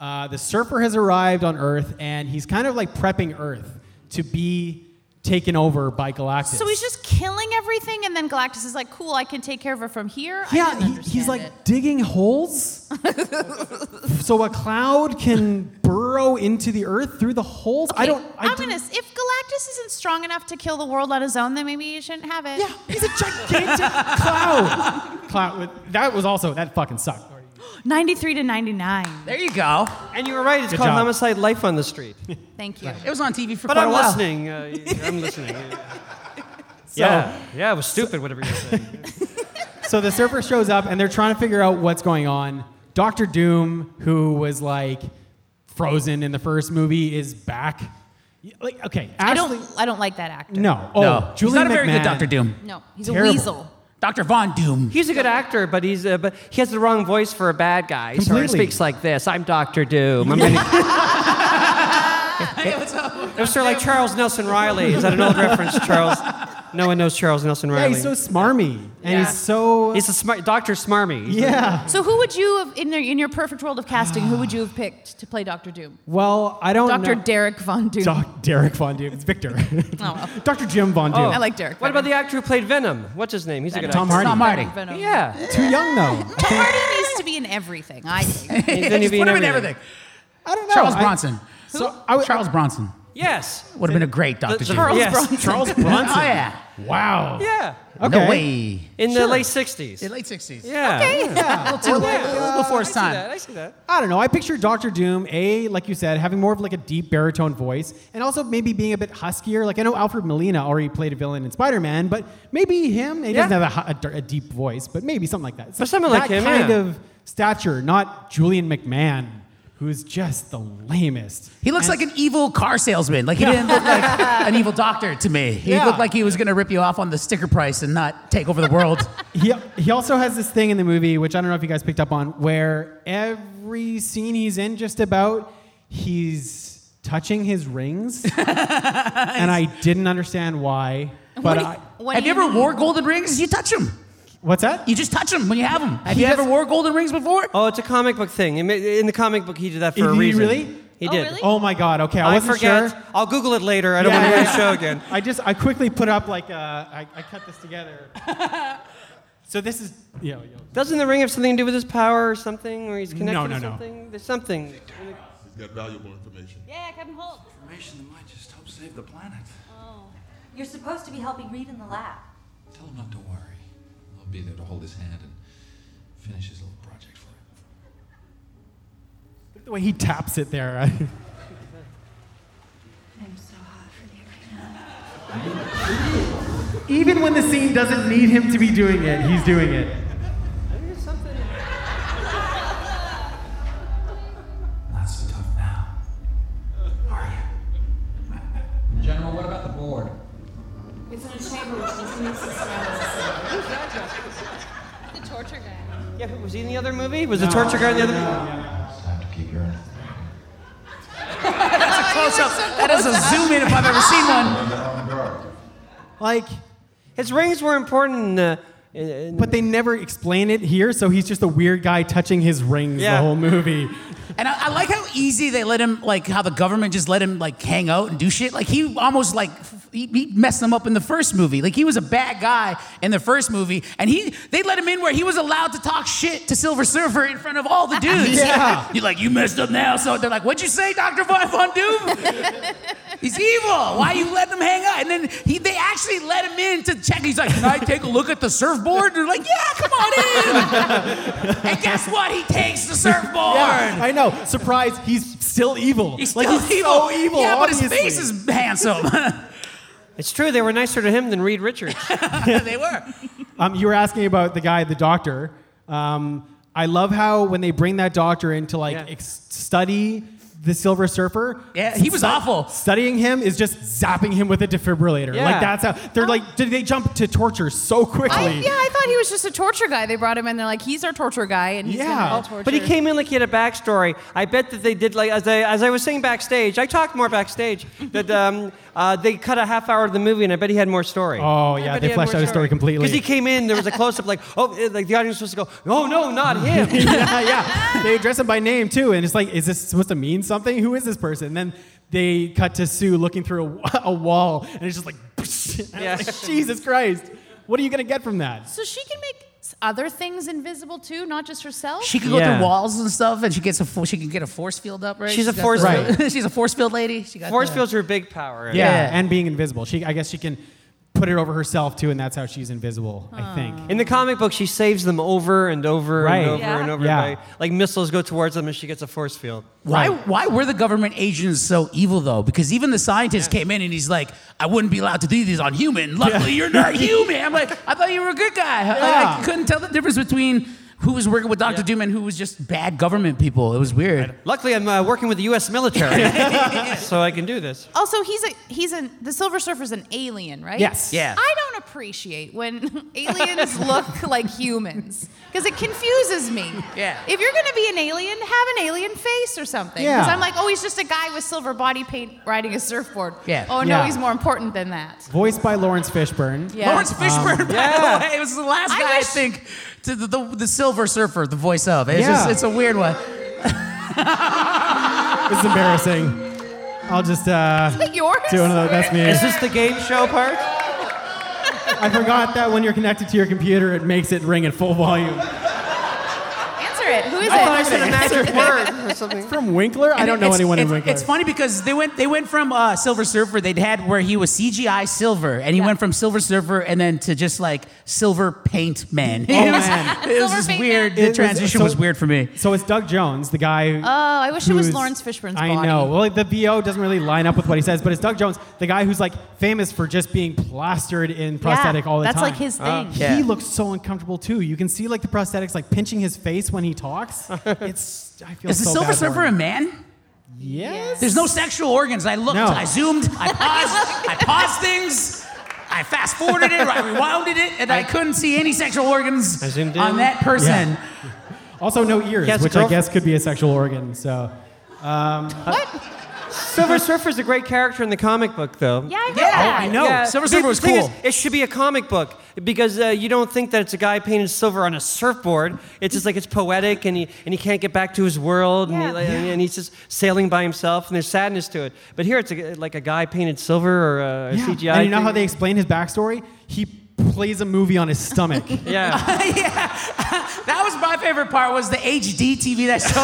Speaker 1: Uh, the Surfer has arrived on Earth, and he's kind of like prepping Earth to be taken over by Galactus.
Speaker 3: So he's just killing everything, and then Galactus is like, "Cool, I can take care of her from here." I
Speaker 1: yeah,
Speaker 3: didn't
Speaker 1: he,
Speaker 3: understand
Speaker 1: he's like
Speaker 3: it.
Speaker 1: digging holes, so a cloud can burrow into the Earth through the holes. I don't. I
Speaker 3: am
Speaker 1: didn't-
Speaker 3: gonna. s- If Galactus isn't strong enough to kill the world on his own, then maybe you shouldn't have it.
Speaker 1: Yeah, he's a gigantic cloud. Cloud. With, that was also that fucking sucked.
Speaker 3: 93 to 99.
Speaker 4: There you go.
Speaker 5: And you were right. It's
Speaker 1: Good
Speaker 5: called
Speaker 1: job.
Speaker 5: Homicide: Life on the Street.
Speaker 3: Thank you.
Speaker 4: It was on TV for
Speaker 5: But
Speaker 4: quite
Speaker 5: I'm
Speaker 4: a while.
Speaker 5: listening. Uh, I'm listening. Yeah. yeah, yeah, it was stupid. Whatever you were saying.
Speaker 1: So the surfer shows up and they're trying to figure out what's going on. Doctor Doom, who was like frozen in the first movie, is back. Like okay, Ashley.
Speaker 3: I don't. I don't like that actor.
Speaker 1: no. Oh,
Speaker 4: No, he's
Speaker 1: Julie
Speaker 4: not a very
Speaker 1: McMahon.
Speaker 4: good Doctor Doom.
Speaker 3: No, he's
Speaker 1: Terrible.
Speaker 3: a weasel.
Speaker 4: Doctor Von Doom.
Speaker 5: He's a good actor, but he's uh, but he has the wrong voice for a bad guy. He sort of
Speaker 1: Completely.
Speaker 5: speaks like this. I'm Doctor Doom. I'm gonna- It was sort of like Charles Nelson Riley. Is that an old reference, Charles? No one knows Charles Nelson
Speaker 1: Yeah,
Speaker 5: Riley.
Speaker 1: he's so smarmy and he's so
Speaker 5: He's a smart Doctor Smarmy. He's
Speaker 1: yeah.
Speaker 3: So who would you have in your in your perfect world of casting? Who would you have picked to play Doctor Doom?
Speaker 1: Well, I don't.
Speaker 3: Doctor
Speaker 1: know.
Speaker 3: Derek Von Doom.
Speaker 1: Doc Derek Von Doom. It's Victor.
Speaker 3: Oh, well.
Speaker 1: Doctor Jim Von Doom.
Speaker 3: I like Derek.
Speaker 5: oh. What about the actor who played Venom? What's his name? He's a good
Speaker 1: Tom
Speaker 5: actor.
Speaker 1: Hardy.
Speaker 4: Not Marty.
Speaker 3: Venom.
Speaker 5: Yeah.
Speaker 1: Too young though.
Speaker 3: Tom Hardy needs to be in everything. I think.
Speaker 5: then
Speaker 4: Just
Speaker 5: you'd be
Speaker 4: put
Speaker 5: in
Speaker 4: him in everything.
Speaker 5: everything.
Speaker 1: I don't know.
Speaker 4: Charles
Speaker 1: I-
Speaker 4: Bronson.
Speaker 1: So I would-
Speaker 4: Charles Bronson
Speaker 5: Yes.
Speaker 4: would have been a great Doctor Doom.
Speaker 5: Charles yes.
Speaker 1: Charles Bronson.
Speaker 4: Oh yeah.
Speaker 1: Wow.
Speaker 5: Yeah.
Speaker 1: Okay.
Speaker 4: No way.
Speaker 5: In the late 60s.
Speaker 4: The late sixties.
Speaker 5: yeah.
Speaker 4: A little too late. A little before his
Speaker 5: I see that.
Speaker 4: time.
Speaker 5: I see that.
Speaker 1: I don't know. I picture Doctor Doom, a like you said, having more of like a deep baritone voice, and also maybe being a bit huskier. Like I know Alfred Molina already played a villain in Spider Man, but maybe him. He
Speaker 5: Yeah.
Speaker 1: doesn't have a hu- a, d- a deep voice, but maybe something like that.
Speaker 5: But someone
Speaker 1: that
Speaker 5: like him,
Speaker 1: kind
Speaker 5: yeah.
Speaker 1: of stature, not Julian McMahon, who is just the lamest.
Speaker 4: He looks like an evil car salesman. Like he didn't look like an evil doctor to me. He
Speaker 1: Yeah.
Speaker 4: looked like he was gonna rip you off on the sticker price and not take over the world.
Speaker 1: he, he also has this thing in the movie, which I don't know if you guys picked up on, where every scene he's in, just about, he's touching his rings. and I didn't understand why. But I,
Speaker 3: What
Speaker 4: have
Speaker 3: do
Speaker 4: you ever
Speaker 3: mean?
Speaker 4: wore golden rings? You touch them.
Speaker 1: what's that?
Speaker 4: You just touch them when you have them. Have
Speaker 1: He
Speaker 4: you ever
Speaker 1: does-
Speaker 4: wore golden rings before?
Speaker 5: Oh, it's a comic book thing. In- In the comic book, he did that for
Speaker 1: Did
Speaker 5: a
Speaker 1: he
Speaker 5: reason.
Speaker 1: really?
Speaker 5: He
Speaker 3: Oh,
Speaker 5: did.
Speaker 3: really?
Speaker 1: Oh my God. Okay. I,
Speaker 5: I
Speaker 1: wasn't
Speaker 5: forget.
Speaker 1: sure.
Speaker 5: I'll Google it later. I don't
Speaker 1: Yeah,
Speaker 5: want to
Speaker 1: yeah,
Speaker 5: do the show again.
Speaker 1: I just, I quickly put up like, uh, I, I cut this together. so this is, yeah, yeah.
Speaker 5: Doesn't the ring have something to do with his power or something? Or he's connected
Speaker 1: No, no,
Speaker 5: to
Speaker 1: no.
Speaker 5: something? There's something.
Speaker 10: He's got valuable information.
Speaker 7: Yeah, Captain Holt.
Speaker 11: Information that might just help save the planet.
Speaker 7: Oh. You're supposed to be helping Reed in the lab.
Speaker 11: Tell him not to worry. I'll be there to hold his hand and finish his little project for him.
Speaker 1: The way he taps it there.
Speaker 7: I'm so hot for the arena.
Speaker 1: Even when the scene doesn't need him to be doing it, he's doing it.
Speaker 11: Not so tough now. Are you?
Speaker 9: General, what about the board?
Speaker 7: It's in a chamber which dismisses Who's
Speaker 8: The torture guy.
Speaker 5: Yeah, but was he in the other movie? Was the torture guy in the other movie?
Speaker 9: It's time to keep your
Speaker 4: That's a close up. That is a zoom in if I've ever seen one.
Speaker 9: on guard.
Speaker 1: Like,
Speaker 5: His rings were important. uh, In the, in, in-
Speaker 1: but they never explain it here, so he's just a weird guy touching his rings
Speaker 5: Yeah.
Speaker 1: the whole movie.
Speaker 4: And I, I like how easy they let him, like how the government just let him like hang out and do shit. Like he almost like f- he, he messed them up in the first movie. Like he was a bad guy in the first movie, and he they let him in where he was allowed to talk shit to Silver Surfer in front of all the dudes.
Speaker 1: Yeah.
Speaker 4: you're like you messed up now. So they're like, what'd you say, Doctor Von Von Doom? He's evil. Why you letting him hang out? And then he they actually let him in to check. He's like, can I take a look at the surfboard? And they're like, yeah, come on in. and guess what? He takes the surfboard.
Speaker 1: I know. Surprise, he's still evil.
Speaker 4: He's
Speaker 1: like
Speaker 4: still
Speaker 1: he's so evil.
Speaker 4: Yeah,
Speaker 1: obviously.
Speaker 4: but his face is handsome.
Speaker 5: it's true, they were nicer to him than Reed Richards.
Speaker 4: they were.
Speaker 1: Um, you were asking about the guy, the doctor. Um, I love how when they bring that doctor in to like
Speaker 5: Yeah.
Speaker 1: ex- study the Silver Surfer.
Speaker 4: Yeah, he was
Speaker 1: stu-
Speaker 4: awful.
Speaker 1: Studying him is just zapping him with a defibrillator.
Speaker 5: Yeah. Oh.
Speaker 1: Like that's how they're like. Did they jump to torture so quickly?
Speaker 3: I, yeah, I thought he was just a torture guy. They brought him in. They're like, he's our torture guy, and he's
Speaker 1: Yeah.
Speaker 3: gonna
Speaker 1: Oh,
Speaker 3: torture.
Speaker 5: But he came in like he had a backstory. I bet that they did like as I, as I was saying backstage. I talked more backstage that um, uh, they cut a half hour of the movie, and I bet he had more story.
Speaker 1: Oh, yeah, they fleshed out his story completely.
Speaker 5: Because he came in, there was a close up like oh, eh, like the audience was supposed to go, no, no, not him.
Speaker 1: yeah, yeah. They address him by name too, and it's like, is this supposed to mean something? Who is this person? And then they cut to Sue looking through a, a wall, and it's just like,
Speaker 5: Yeah.
Speaker 1: like, Jesus Christ, what are you gonna get from that?
Speaker 3: so she can make s- other things invisible too, not just herself.
Speaker 4: She could go
Speaker 5: Yeah.
Speaker 4: through walls and stuff, and she gets a fo- she can get a force field up, right?
Speaker 5: She's a
Speaker 4: got
Speaker 5: force
Speaker 4: the-
Speaker 1: field.
Speaker 4: she's a force field lady. She got
Speaker 5: Force
Speaker 4: the-
Speaker 5: fields are a big power.
Speaker 1: Yeah,
Speaker 4: Yeah.
Speaker 1: and being invisible. She, I guess, she can put it over herself too, and that's how she's invisible. I think.
Speaker 5: In the comic book, she saves them over and over
Speaker 1: Right.
Speaker 5: and over
Speaker 1: Yeah.
Speaker 5: and over.
Speaker 1: Yeah.
Speaker 5: By, like missiles go towards them, and she gets a force field.
Speaker 4: Why,
Speaker 1: Right.
Speaker 4: why were the government agents so evil though? Because even the scientist came in and he's like, "I wouldn't be allowed to do these on human. Luckily, you're not human." I'm like, "I thought you were a good guy. I- I,
Speaker 1: Yeah.
Speaker 4: couldn't tell the difference between who was working with Doctor Doom and who was just bad government people. It was weird."
Speaker 5: Luckily, I'm uh, working with the U.S. military, so I can do this.
Speaker 3: also, he's a he's an the Silver Surfer's an alien, right?
Speaker 1: Yes.
Speaker 4: Yeah.
Speaker 3: I don't appreciate when aliens look like humans because it confuses me.
Speaker 4: Yeah.
Speaker 3: If you're gonna be an alien, have an alien face or something.
Speaker 1: Yeah.
Speaker 3: Because I'm like, oh, he's just a guy with silver body paint riding a surfboard.
Speaker 4: Yeah.
Speaker 3: Oh no,
Speaker 1: Yeah.
Speaker 3: he's more important than that.
Speaker 1: Voiced by Lawrence Fishburne.
Speaker 3: Yeah.
Speaker 4: Lawrence Fishburne, by
Speaker 5: yeah.
Speaker 4: the way, was the last
Speaker 3: I
Speaker 4: guy I,
Speaker 3: wish-
Speaker 4: think to the, the the Silver Surfer, the voice of. It's
Speaker 1: Yeah.
Speaker 4: just it's a weird one.
Speaker 1: It's embarrassing. I'll just uh,
Speaker 3: Yours.
Speaker 1: do another. That's me.
Speaker 5: Is this the game show part?
Speaker 1: I forgot that when you're connected to your computer, it makes it ring at full volume.
Speaker 3: Answer it. Who is
Speaker 5: I
Speaker 3: it?
Speaker 5: thought I said a magic word or something.
Speaker 1: From Winkler, I
Speaker 4: And
Speaker 1: don't
Speaker 4: it-
Speaker 1: know
Speaker 4: it's-
Speaker 1: anyone in
Speaker 4: it's-
Speaker 1: Winkler.
Speaker 4: It's funny because they went they went from uh, Silver Surfer they'd had where he was CGI Silver and he
Speaker 3: Yeah.
Speaker 4: went from Silver Surfer and then to just like Silver Paint Man.
Speaker 1: Oh,
Speaker 4: it was,
Speaker 1: man.
Speaker 4: it was
Speaker 3: Silver
Speaker 4: just
Speaker 3: Paint Man.
Speaker 4: weird.
Speaker 1: It
Speaker 4: The
Speaker 1: was-
Speaker 4: transition
Speaker 1: so-
Speaker 4: was weird for me.
Speaker 1: So it's Doug Jones, the guy. Oh,
Speaker 3: I wish it was Lawrence Fishburne's
Speaker 1: I
Speaker 3: body.
Speaker 1: know. Well, the VO doesn't really line up with what he says, but it's Doug Jones, the guy who's like famous for just being plastered in prosthetic
Speaker 3: yeah,
Speaker 1: all the
Speaker 3: that's
Speaker 1: time. Uh,
Speaker 3: like his thing.
Speaker 4: Yeah.
Speaker 1: He looks so uncomfortable too. You can see like the prosthetics like pinching his face when he talks. It's I feel
Speaker 4: Is the
Speaker 1: so
Speaker 4: Silver
Speaker 1: bad for
Speaker 4: Surfer a
Speaker 1: him.
Speaker 4: man?
Speaker 1: Yes.
Speaker 4: There's no sexual organs. I looked,
Speaker 1: No.
Speaker 4: I zoomed, I paused, I paused things, I fast forwarded it, I rewinded it, and I, couldn't see any sexual organs
Speaker 5: I zoomed
Speaker 4: on
Speaker 5: in.
Speaker 4: that person.
Speaker 1: Also no ears,
Speaker 5: Yes,
Speaker 1: which I
Speaker 5: girlfriend-
Speaker 1: guess could be a sexual organ. So
Speaker 5: Silver Surfer's a great character in the comic book, though.
Speaker 3: Yeah, I heard
Speaker 4: Yeah.
Speaker 3: that.
Speaker 4: Oh, I know. Silver
Speaker 5: the-
Speaker 4: Surfer was
Speaker 5: the thing
Speaker 4: cool.
Speaker 5: is, it should be a comic book because uh, you don't think that it's a guy painted silver on a surfboard. It's just like it's poetic, and he and he can't get back to his world, and,
Speaker 3: Yeah.
Speaker 5: he, like, and- and he's just sailing by himself, and there's sadness to it. But here, it's a, like a guy painted silver or uh, a
Speaker 1: yeah.
Speaker 5: CGI.
Speaker 1: And you know how they
Speaker 5: thing.
Speaker 1: explain his backstory? He plays a movie on his stomach.
Speaker 5: Yeah,
Speaker 4: yeah, that was my favorite part was the HD TV that showed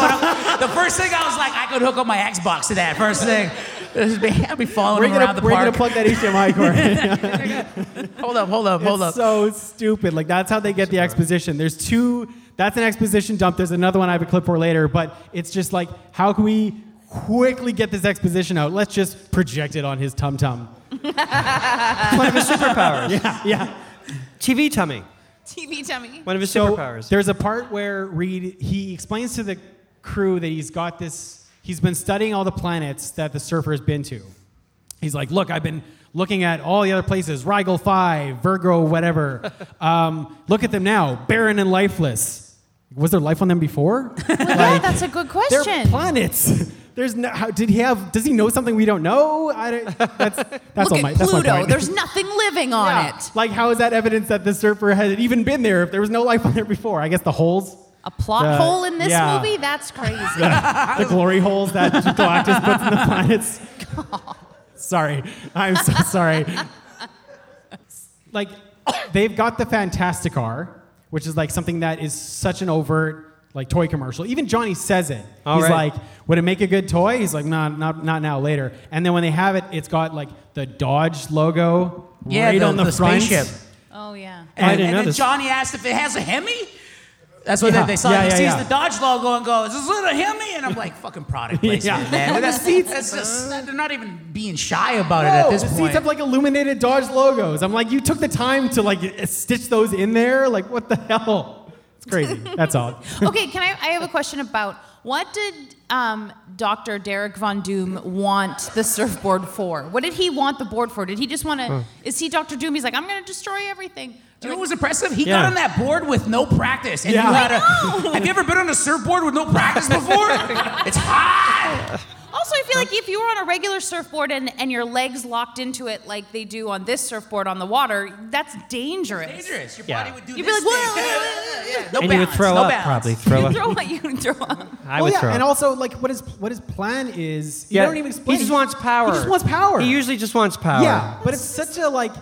Speaker 4: up. the first thing I was like, I could hook up my Xbox to that. First thing, I'd be following
Speaker 1: we're
Speaker 4: him
Speaker 1: gonna,
Speaker 4: around the
Speaker 1: we're gonna plug
Speaker 4: park.
Speaker 1: that HDMI cord.
Speaker 4: hold up, hold up, hold
Speaker 1: it's
Speaker 4: up.
Speaker 1: so stupid. Like that's how they get the exposition. There's two. That's an exposition dump. There's another one I have a clip for later, but it's just like, how can we quickly get this exposition out? Let's just project it on his tum tum.
Speaker 5: One of his superpowers.
Speaker 1: Yeah, yeah.
Speaker 5: TV tummy.
Speaker 3: TV tummy.
Speaker 5: One of his
Speaker 1: So
Speaker 5: superpowers.
Speaker 1: there's a part where Reed he explains to the crew that he's got this. He's been studying all the planets that the Surfer's been to. He's like, look, I've been looking at all the other places, Rigel Five, Virgo, whatever. um, look at them now, barren and lifeless. Was there life on them before?
Speaker 3: yeah, that's a good
Speaker 1: They're
Speaker 3: question.
Speaker 1: planets. There's no, how, did he have? Does he know something we don't know? I don't, that's that's
Speaker 3: Look
Speaker 1: all
Speaker 3: at
Speaker 1: my, that's my
Speaker 3: Pluto.
Speaker 1: point.
Speaker 3: There's nothing living on
Speaker 1: Yeah.
Speaker 3: it.
Speaker 1: Like, how is that evidence that the surfer had even been there if there was no life on there before? I guess the holes,
Speaker 3: A plot
Speaker 1: The-
Speaker 3: hole in this
Speaker 1: yeah.
Speaker 3: movie? That's crazy.
Speaker 1: the glory holes that Galactus puts in the planets. sorry, I'm so sorry. Like, they've got the Fantasticar, which is like something that is such an overt like toy commercial. Even Johnny says it.
Speaker 5: All
Speaker 1: He's
Speaker 5: right.
Speaker 1: like, "Would it make a good toy?" He's like, "No, not not now, later." And then when they have it, it's got like the Dodge logo
Speaker 4: Yeah,
Speaker 1: right
Speaker 4: the-
Speaker 1: on the,
Speaker 4: the
Speaker 1: front.
Speaker 4: spaceship.
Speaker 3: oh yeah.
Speaker 1: And-
Speaker 4: And,
Speaker 1: and
Speaker 4: and
Speaker 1: then
Speaker 4: then
Speaker 1: John-
Speaker 4: Johnny asked if it has a Hemi. That's what
Speaker 1: Yeah.
Speaker 4: they, they saw.
Speaker 1: Yeah,
Speaker 4: he
Speaker 1: yeah,
Speaker 4: sees
Speaker 1: yeah.
Speaker 4: the Dodge logo and goes, "Is it a Hemi?" And I'm like, "Fucking product placement,
Speaker 1: Yeah.
Speaker 4: man."
Speaker 1: And the
Speaker 4: That's,
Speaker 1: seats-
Speaker 4: that's just they're not even being shy about it at
Speaker 1: No,
Speaker 4: this
Speaker 1: the
Speaker 4: point.
Speaker 1: seats have like illuminated Dodge logos. I'm like, you took the time to like stitch those in there. Like, what the hell? It's crazy. That's all.
Speaker 3: okay, can I? I have a question about what did um, Dr. Derek Von Doom want the surfboard for? What did he want the board for? Did he just want to? Is he Dr. Doom? He's like, I'm going to destroy everything.
Speaker 4: Do you know what was impressive? He
Speaker 1: Yeah.
Speaker 4: got on that board with no practice. And
Speaker 1: Yeah.
Speaker 4: you had a,
Speaker 3: I know.
Speaker 4: have you ever been on a surfboard with no practice before? it's hot.
Speaker 3: Also, I feel like if you were on a regular surfboard and, and your legs locked into it like they do on this surfboard on the water, that's dangerous.
Speaker 4: Dangerous. Your
Speaker 5: Yeah.
Speaker 4: body would do
Speaker 3: You'd be
Speaker 4: this.
Speaker 3: like, "Whoa,
Speaker 4: thing."
Speaker 3: whoa, whoa, whoa, whoa."
Speaker 4: No
Speaker 5: and
Speaker 4: balance,
Speaker 5: you would throw
Speaker 4: no
Speaker 5: up,
Speaker 4: balance.
Speaker 5: probably. Throw
Speaker 3: You
Speaker 5: up.
Speaker 3: throw what you throw up.
Speaker 5: I
Speaker 1: Well,
Speaker 5: would
Speaker 1: Oh, yeah,
Speaker 5: throw
Speaker 1: and
Speaker 5: up.
Speaker 1: also like what his what his plan is. You
Speaker 5: Yeah,
Speaker 1: don't even explain.
Speaker 5: He just wants power.
Speaker 1: He just wants power.
Speaker 5: He usually just wants power.
Speaker 1: Yeah, but it's such a like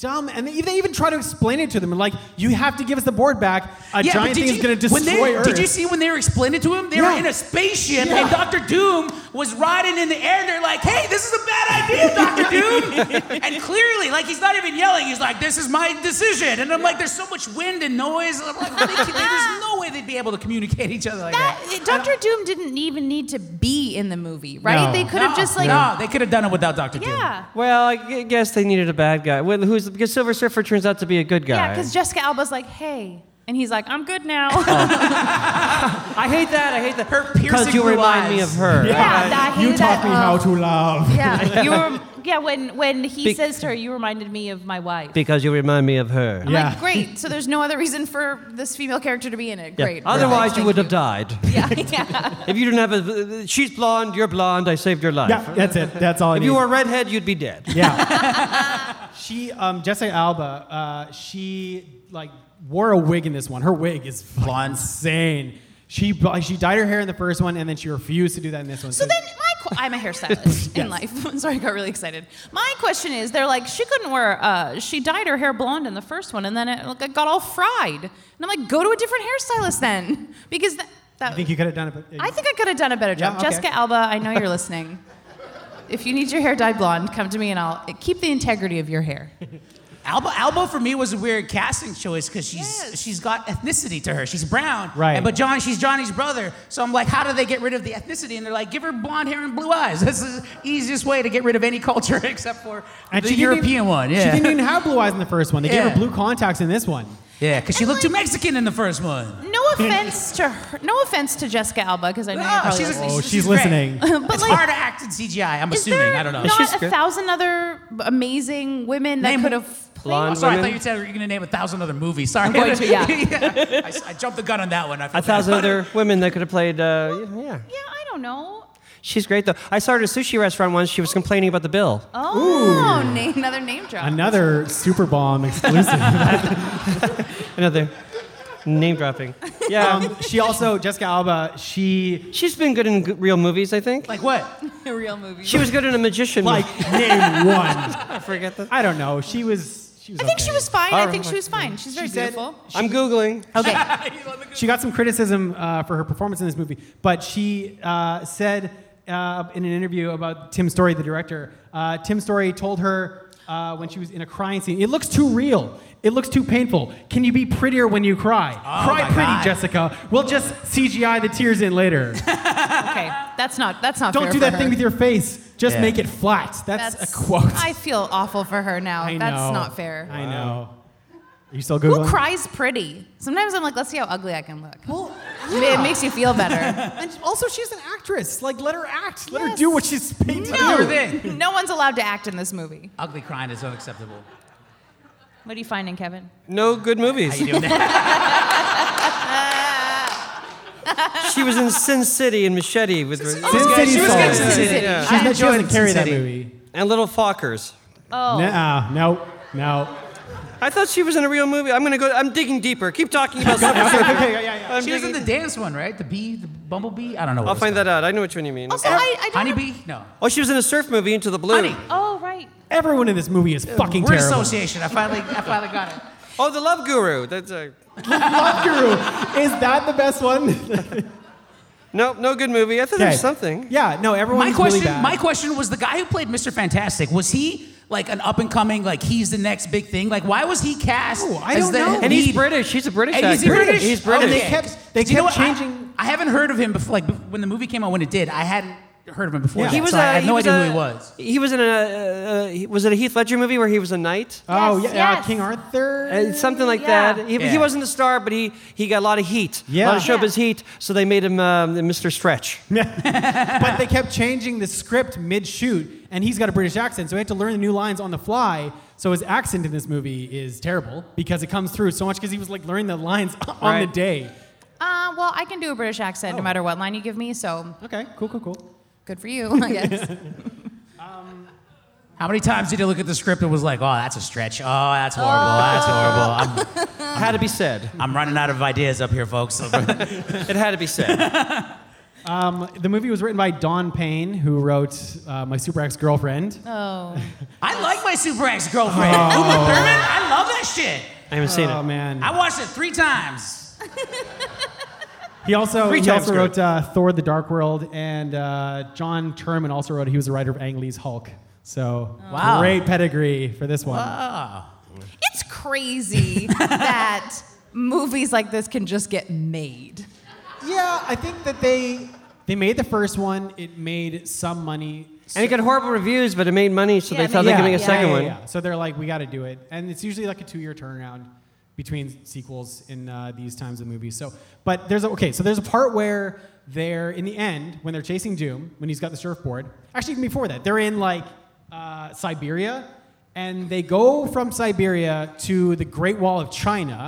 Speaker 1: dumb. And they, they even try to explain it to them. Like, you have to give us the board back. A
Speaker 4: Yeah, but
Speaker 1: giant
Speaker 4: did
Speaker 1: thing is
Speaker 4: you-
Speaker 1: going to destroy
Speaker 4: when they,
Speaker 1: Earth.
Speaker 4: Did you see when they were explaining to him? They
Speaker 1: Yeah.
Speaker 4: were in a spaceship
Speaker 1: Yeah.
Speaker 4: and Doctor Doom was riding in the air. They're like, "Hey, this is a bad idea, Doctor Doom!" and clearly, like he's not even yelling. He's like, "This is my decision." And I'm like, "There's so much wind and noise." I'm like, they can- "There's no way they'd be able to communicate each other like that."
Speaker 3: That, Dr. Doom didn't even need to be in the movie, right?
Speaker 1: No.
Speaker 3: They could have
Speaker 4: No,
Speaker 3: just like,
Speaker 4: no, they could have done it without Doctor Doom.
Speaker 3: yeah.
Speaker 5: Well, I gu- guess they needed a bad guy. Well, who's because Silver Surfer turns out to be a good guy.
Speaker 3: Yeah, because Jessica Alba's like, hey. And he's like, I'm good now.
Speaker 5: I hate that. I hate that.
Speaker 4: Her
Speaker 5: Because
Speaker 4: piercing
Speaker 5: you
Speaker 4: blue
Speaker 5: remind me
Speaker 4: eyes.
Speaker 5: of her.
Speaker 3: yeah, that, I
Speaker 1: You
Speaker 3: hated
Speaker 1: taught
Speaker 3: that.
Speaker 1: me
Speaker 3: Oh.
Speaker 1: how to love.
Speaker 3: Yeah, you were, yeah when, when he
Speaker 5: Be-
Speaker 3: says to her, you reminded me of my wife.
Speaker 5: Because you remind me of her.
Speaker 3: I'm
Speaker 1: Yeah.
Speaker 3: like, great. So there's no other reason for this female character to be in it.
Speaker 5: Yeah.
Speaker 3: Great.
Speaker 5: Otherwise,
Speaker 3: Thank
Speaker 5: you would have died.
Speaker 3: Yeah, yeah.
Speaker 5: If you didn't have a, she's blonde, you're blonde. I saved your life.
Speaker 1: Yeah, that's it. That's all. I
Speaker 5: If
Speaker 1: need.
Speaker 5: you were a redhead, you'd be dead.
Speaker 1: Yeah. she, um, Jessica Alba, uh, she like wore a wig in this one. Her wig is fucking
Speaker 4: Blonde.
Speaker 1: insane. She bu- she dyed her hair in the first one, and then she refused to do that in this one.
Speaker 3: So then, my qu- I'm a hairstylist in life. Sorry, I got really excited. My question is, they're like, she couldn't wear. Uh, she dyed her hair blonde in the first one, and then it like, got all fried. And I'm like, go to a different hairstylist then, because that. that
Speaker 1: I think you could have done it. But
Speaker 3: I think I could have done a better
Speaker 1: Yeah,
Speaker 3: job.
Speaker 1: okay.
Speaker 3: Jessica Alba, I know you're listening. If you need your hair dyed blonde, come to me and I'll keep the integrity of your hair.
Speaker 4: Alba, Alba for me was a weird casting choice because she's
Speaker 3: Yes.
Speaker 4: she's got ethnicity to her. She's brown,
Speaker 1: Right.
Speaker 4: And, but John, she's Johnny's brother, so I'm like, how do they get rid of the ethnicity? And they're like, give her blonde hair and blue eyes. That's the easiest way to get rid of any culture except for
Speaker 1: And
Speaker 4: the
Speaker 1: she didn't
Speaker 4: European
Speaker 1: even-
Speaker 4: one.
Speaker 1: She
Speaker 4: Yeah,
Speaker 1: didn't even have blue eyes in the first one. They gave
Speaker 4: Yeah.
Speaker 1: her blue contacts in this one.
Speaker 4: yeah, because she
Speaker 3: And
Speaker 4: looked too
Speaker 3: like-
Speaker 4: Mexican in the first one.
Speaker 3: No offense to her. No offense to Jessica Alba, because I know you're
Speaker 4: No,
Speaker 3: probably
Speaker 4: Ah, she's a-
Speaker 3: listening.
Speaker 1: Oh, she's, listening.
Speaker 4: This is great.
Speaker 3: But
Speaker 4: it's
Speaker 3: like-
Speaker 4: hard to act in CGI. I'm
Speaker 3: Is
Speaker 4: assuming.
Speaker 3: there
Speaker 4: I don't know.
Speaker 3: Not
Speaker 5: She's
Speaker 3: a
Speaker 5: good.
Speaker 3: thousand other amazing women that
Speaker 4: Name
Speaker 3: could
Speaker 4: who-
Speaker 3: have played.
Speaker 4: Oh,
Speaker 5: Blonde
Speaker 4: sorry, I
Speaker 5: women.
Speaker 4: thought you said you were going to name a thousand other movies. Sorry,
Speaker 3: going to, yeah.
Speaker 4: Yeah. I, s- I jumped the gun on that one. I feel
Speaker 5: A
Speaker 4: bad
Speaker 5: thousand
Speaker 4: about it.
Speaker 5: other women that could have played. Uh, yeah,
Speaker 3: Yeah, I don't know.
Speaker 5: she's great though. I saw her at a sushi restaurant once. She was complaining about the bill.
Speaker 3: Oh, name, another name drop.
Speaker 1: Another super bomb exclusive.
Speaker 5: Another name dropping. Yeah,
Speaker 1: um, she also Jessica Alba. She
Speaker 5: she's been good in g- real movies. I think
Speaker 4: Like what?
Speaker 3: A real movie.
Speaker 5: she was good in a magician.
Speaker 1: like
Speaker 5: movie.
Speaker 1: name one.
Speaker 5: I forget that.
Speaker 1: I don't know. She was. She was
Speaker 3: I think
Speaker 1: okay.
Speaker 3: she was fine. I
Speaker 5: Alright.
Speaker 3: think she was fine. She's very
Speaker 1: She said-
Speaker 3: beautiful.
Speaker 5: I'm googling.
Speaker 3: Okay.
Speaker 1: She got some criticism uh, for her performance in this movie, but she uh, said uh, in an interview about Tim Story, the director, uh, Tim Story told her uh, when she was in a crying scene. It looks too real. It looks too painful. Can you be prettier when you cry?
Speaker 4: Oh,
Speaker 1: cry
Speaker 4: my
Speaker 1: pretty,
Speaker 4: God.
Speaker 1: Jessica. We'll just CGI the tears in later.
Speaker 3: okay, that's not that's not.
Speaker 1: Don't
Speaker 3: fair
Speaker 1: do
Speaker 3: for
Speaker 1: that
Speaker 3: her.
Speaker 1: thing with your face. Just
Speaker 4: Yeah.
Speaker 1: make it flat. That's, a quote.
Speaker 3: I feel awful for her now.
Speaker 1: I
Speaker 3: that's
Speaker 1: know.
Speaker 3: not fair.
Speaker 1: I know. Are you still
Speaker 3: Who
Speaker 1: googling?
Speaker 3: cries pretty? Sometimes I'm like, let's see how ugly I can look. Well,
Speaker 1: yeah.
Speaker 3: it makes you feel better.
Speaker 1: And also, she's an actress. Like, let her act. Let her do what she's paid to
Speaker 4: No.
Speaker 1: do.
Speaker 4: Everything.
Speaker 3: no one's allowed to act in this movie.
Speaker 4: Ugly crying is unacceptable.
Speaker 3: What are you finding, Kevin?
Speaker 5: No good movies.
Speaker 4: How you doing?
Speaker 5: she was in Sin City and Machete with. Sin
Speaker 1: Sin City
Speaker 4: she was
Speaker 1: Song.
Speaker 4: good in Sin City.
Speaker 5: Yeah.
Speaker 1: She's not, she
Speaker 4: enjoyed
Speaker 1: doesn't carry
Speaker 4: Sin
Speaker 1: that
Speaker 4: City.
Speaker 1: movie.
Speaker 5: And Little Fockers.
Speaker 3: Oh,
Speaker 1: Nuh-uh. No. No.
Speaker 5: I thought she was in a real movie. I'm gonna go. I'm digging deeper. Keep talking about. Silver
Speaker 1: Okay,
Speaker 5: Surfer.
Speaker 1: okay, okay, yeah, yeah, yeah.
Speaker 5: I'm
Speaker 4: She was in
Speaker 5: digging-
Speaker 4: the dance one, right? The bee, the bumblebee. I don't know. What
Speaker 5: I'll find that out. I know which one you mean.
Speaker 3: Also, I, I don't.
Speaker 4: Honeybee? No.
Speaker 5: oh, she was in a surf movie, Into the Blue.
Speaker 4: Honey.
Speaker 3: Oh, right.
Speaker 1: Everyone in this movie is fucking
Speaker 4: Word
Speaker 1: terrible.
Speaker 4: association. I finally, I finally got it.
Speaker 5: Oh, the Love Guru. That's a
Speaker 1: Love Guru. Is that the best one?
Speaker 5: no, no good movie. I thought there
Speaker 1: Okay.
Speaker 5: was something.
Speaker 1: Yeah, no, everyone's
Speaker 4: My question,
Speaker 1: really bad.
Speaker 4: my question was the guy who played Mr. Fantastic. Was he like an up and coming? Like he's the next big thing? Like why was he cast?
Speaker 1: Oh, I
Speaker 4: as
Speaker 1: don't
Speaker 4: the
Speaker 1: know.
Speaker 5: And he's
Speaker 4: lead?
Speaker 5: British. He's a British
Speaker 4: And he's
Speaker 5: actor.
Speaker 4: British.
Speaker 5: He's British.
Speaker 1: And they
Speaker 4: Okay.
Speaker 1: kept- they
Speaker 4: Do
Speaker 1: kept
Speaker 4: you know what? I-
Speaker 1: changing-
Speaker 4: I, haven't heard of him before. Like bef- when the movie came out, when it did, I hadn't heard of him before.
Speaker 1: Yeah.
Speaker 4: yet,
Speaker 1: He
Speaker 4: so I had
Speaker 5: uh,
Speaker 4: no
Speaker 5: was,
Speaker 4: idea
Speaker 5: uh,
Speaker 4: who he was.
Speaker 5: He was in a uh, uh, he- was it a Heath Ledger movie where he was a knight?
Speaker 1: oh,
Speaker 3: Yes,
Speaker 1: yeah, uh,
Speaker 3: yes.
Speaker 1: King Arthur.
Speaker 5: Uh, something like
Speaker 3: Yeah.
Speaker 5: that. He,
Speaker 4: Yeah.
Speaker 5: he wasn't the star, but he, he got a lot of heat.
Speaker 1: Yeah.
Speaker 5: A lot of showbiz
Speaker 3: Yeah.
Speaker 5: heat, so they made him um, Mr. Stretch.
Speaker 1: but they kept changing the script mid-shoot, and he's got a British accent, so he had to learn the new lines on the fly. So his accent in this movie is terrible because it comes through so much because he was like learning the lines on
Speaker 5: Right.
Speaker 1: the day.
Speaker 3: Uh, well, I can do a British accent
Speaker 1: Oh.
Speaker 3: no matter what line you give me, so
Speaker 1: Okay, cool, cool, cool.
Speaker 3: good for you, I guess.
Speaker 4: How many times did you look at the script and was like, "Oh, that's a stretch. Oh, that's horrible. That's horrible." I'm,
Speaker 5: Oh. had to be said.
Speaker 4: I'm running out of ideas up here, folks.
Speaker 5: It had to be said.
Speaker 1: Um, the movie was written by Don Payne, who wrote uh, My Super Ex Girlfriend.
Speaker 3: oh.
Speaker 4: I like my super ex girlfriend.
Speaker 5: Oh.
Speaker 4: Uma Thurman. I love that shit.
Speaker 5: I haven't seen
Speaker 1: Oh
Speaker 5: it.
Speaker 1: man!
Speaker 4: I watched it three times.
Speaker 1: He also
Speaker 5: Three
Speaker 1: he
Speaker 5: times
Speaker 1: also
Speaker 5: good.
Speaker 1: wrote uh, Thor: The Dark World, and uh, John Turman also wrote. He was a writer of Ang Lee's Hulk. So
Speaker 4: Wow.
Speaker 1: great pedigree for this one.
Speaker 3: It's crazy that movies like this can just get made.
Speaker 1: Yeah, I think that they they made the first one. It made some money.
Speaker 5: And it got horrible reviews, but it made money, so
Speaker 3: Yeah,
Speaker 5: they thought they
Speaker 3: yeah,
Speaker 5: could make a
Speaker 3: yeah,
Speaker 5: second one.
Speaker 1: So they're like, we got to do it, and it's usually like a two-year turnaround between sequels in uh, these times of movies. So, but there's a, okay. So there's a part where they're in the end when they're chasing Doom when he's got the surfboard. Actually, even before that, they're in like uh, Siberia. And they go from Siberia to the Great Wall of China,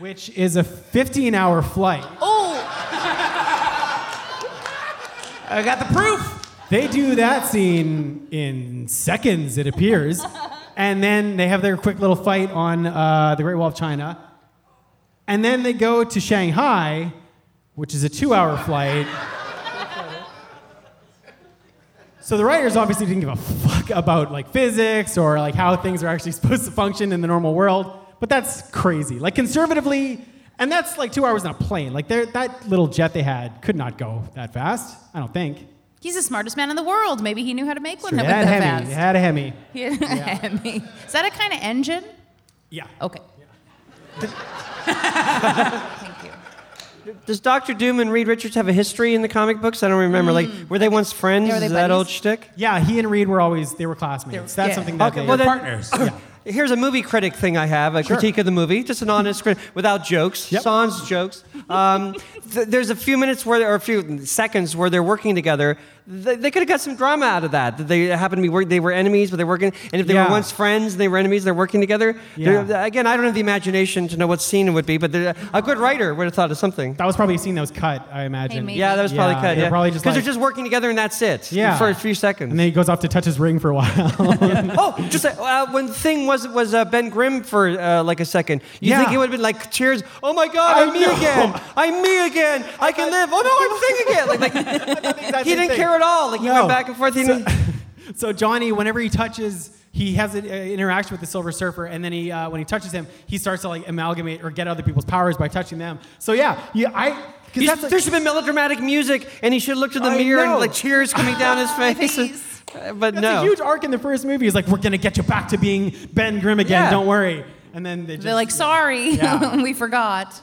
Speaker 1: which is a 15 hour flight.
Speaker 3: Oh,
Speaker 4: I got the proof.
Speaker 1: They do that scene in seconds, it appears. And then they have their quick little fight on uh, the Great Wall of China. And then they go to Shanghai, which is a two hour flight. So the writers obviously didn't give a fuck about like physics or like how things are actually supposed to function in the normal world, but that's crazy. Like conservatively, and that's like two hours on a plane. Like they're- that little jet they had could not go that fast. I don't think.
Speaker 3: he's the smartest man in the world. Maybe he knew how to make one
Speaker 1: Sure,
Speaker 3: that
Speaker 1: they
Speaker 3: went
Speaker 1: had
Speaker 3: that
Speaker 1: Hemi. They had a Hemi.
Speaker 3: fast. Hemi. Is that a kind of engine?
Speaker 1: Yeah.
Speaker 3: Okay. Thank you.
Speaker 5: Does Doctor Doom and Reed Richards have a history in the comic books? I don't remember. Like, were they once friends?
Speaker 3: Yeah, were Mm. they
Speaker 5: Is that
Speaker 3: buddies?
Speaker 5: old shtick?
Speaker 1: Yeah, he and Reed were always they were classmates. That's
Speaker 3: yeah.
Speaker 1: something that
Speaker 5: Okay,
Speaker 1: they
Speaker 5: well, then-
Speaker 4: Partners.
Speaker 5: Here's a movie critic thing I have a critique of the movie, just an honest critic without jokes,
Speaker 1: Yep.
Speaker 5: sans jokes. Um, th- there's a few minutes where, or a few seconds where they're working together. They, they could have got some drama out of that. That they happen to be work, they were enemies, but they're working. And if they
Speaker 1: Yeah.
Speaker 5: were once friends, they were enemies. They're working together. They're-
Speaker 1: Yeah.
Speaker 5: Again, I don't have the imagination to know what scene it would be, but they're- a good writer would have thought of something.
Speaker 1: that was probably a scene that was cut, I imagine.
Speaker 3: maybe.
Speaker 5: Yeah, that was probably
Speaker 1: Yeah,
Speaker 5: cut.
Speaker 1: they're
Speaker 5: Yeah,
Speaker 1: probably just
Speaker 5: because
Speaker 1: like-
Speaker 5: they're just working together and that's it.
Speaker 1: Yeah.
Speaker 5: for a few seconds.
Speaker 1: And then he goes off to touch his ring for a while.
Speaker 5: Oh, just uh, uh, when the thing was was uh, Ben Grimm for uh, like a second. You
Speaker 1: Yeah.
Speaker 5: think it would have been like cheers? Oh my God, I'm
Speaker 1: I
Speaker 5: me
Speaker 1: know.
Speaker 5: again. I'm me again. I can live. Oh no, I'm thing again. Like, like he didn't care at all. Like he
Speaker 1: No.
Speaker 5: went back and forth. He didn't,
Speaker 1: so Johnny, whenever he touches, he has an uh, interaction with the Silver Surfer, and then he, uh, when he touches him, he starts to like amalgamate or get other people's powers by touching them. So yeah, yeah, I. 'cause
Speaker 5: You-
Speaker 1: that's, like-
Speaker 5: there should have been melodramatic music, and he should have looked in the
Speaker 1: I
Speaker 5: mirror
Speaker 1: know.
Speaker 5: and like tears coming down his face. Uh,
Speaker 3: Face.
Speaker 5: But
Speaker 1: That's
Speaker 5: no.
Speaker 1: a huge arc in the first movie. He's like, we're gonna get you back to being Ben Grimm again.
Speaker 5: Yeah.
Speaker 1: Don't worry. And then they just,
Speaker 3: They're like, sorry,
Speaker 1: Yeah.
Speaker 3: we forgot.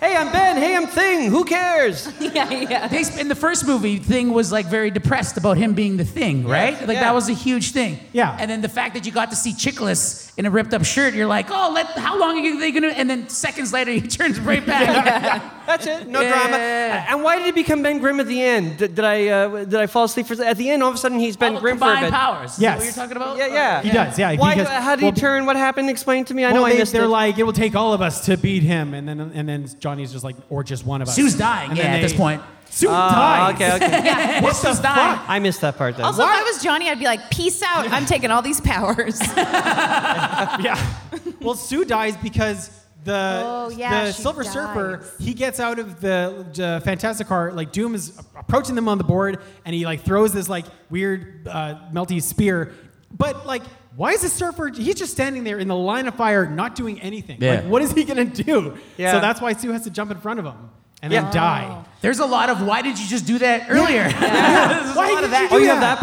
Speaker 5: Hey, I'm Ben. Hey, I'm Thing. Who cares?
Speaker 3: yeah, yeah.
Speaker 4: They, sp- in the first movie, Thing was like very depressed about him being the Thing, right? Like
Speaker 5: yeah.
Speaker 4: that was a huge thing.
Speaker 1: Yeah.
Speaker 4: And then the fact that you got to see Chickless in a ripped up shirt, you're like, oh, let, how long are they gonna? And then seconds later, he turns right back.
Speaker 5: That's it. No
Speaker 4: Yeah.
Speaker 5: drama. And why did he become Ben Grimm at the end? Did, did I uh, did I fall asleep for at the end? All of a sudden, he's Ben
Speaker 4: All
Speaker 5: Grimm for a
Speaker 4: combined
Speaker 5: bit.
Speaker 4: powers. Is that
Speaker 1: Yes.
Speaker 4: what you're talking about?
Speaker 5: Yeah, yeah.
Speaker 1: He does, yeah,
Speaker 5: Why?
Speaker 1: because-
Speaker 5: how did
Speaker 1: well,
Speaker 5: he turn? What happened? Explain to me. I know
Speaker 1: well,
Speaker 5: I
Speaker 1: they,
Speaker 5: missed
Speaker 1: they're
Speaker 5: it.
Speaker 1: like, it will take all of us to beat him, and then and then Johnny's just like, or just one of us.
Speaker 4: Sue's dying.
Speaker 1: And
Speaker 4: Yeah,
Speaker 1: then
Speaker 4: at this
Speaker 1: they-
Speaker 4: point.
Speaker 1: Sue
Speaker 5: Oh,
Speaker 1: dies.
Speaker 5: okay, okay.
Speaker 1: What the
Speaker 4: Sue's dying.
Speaker 1: fuck?
Speaker 5: I missed that part then.
Speaker 3: Also, if I was Johnny, I'd be like, peace out. I'm taking all these powers.
Speaker 1: yeah. Well, Sue dies because the
Speaker 3: Oh, yeah,
Speaker 1: the
Speaker 3: she
Speaker 1: Silver
Speaker 3: dies.
Speaker 1: Surfer he gets out of the, the Fantastic Car. Like Doom is approaching them on the board, and he like throws this like weird uh, melty spear. But like, why is the Surfer? He's just standing there in the line of fire, not doing anything.
Speaker 4: Yeah.
Speaker 1: Like, what is he gonna do?
Speaker 5: Yeah.
Speaker 1: So that's why Sue has to jump in front of him and
Speaker 5: Yeah.
Speaker 1: then
Speaker 3: Oh.
Speaker 1: die.
Speaker 4: There's a lot of why did you just do that earlier? There's a
Speaker 1: Why
Speaker 4: lot
Speaker 1: did
Speaker 4: of that.
Speaker 1: do
Speaker 5: oh, you have
Speaker 1: that.
Speaker 5: that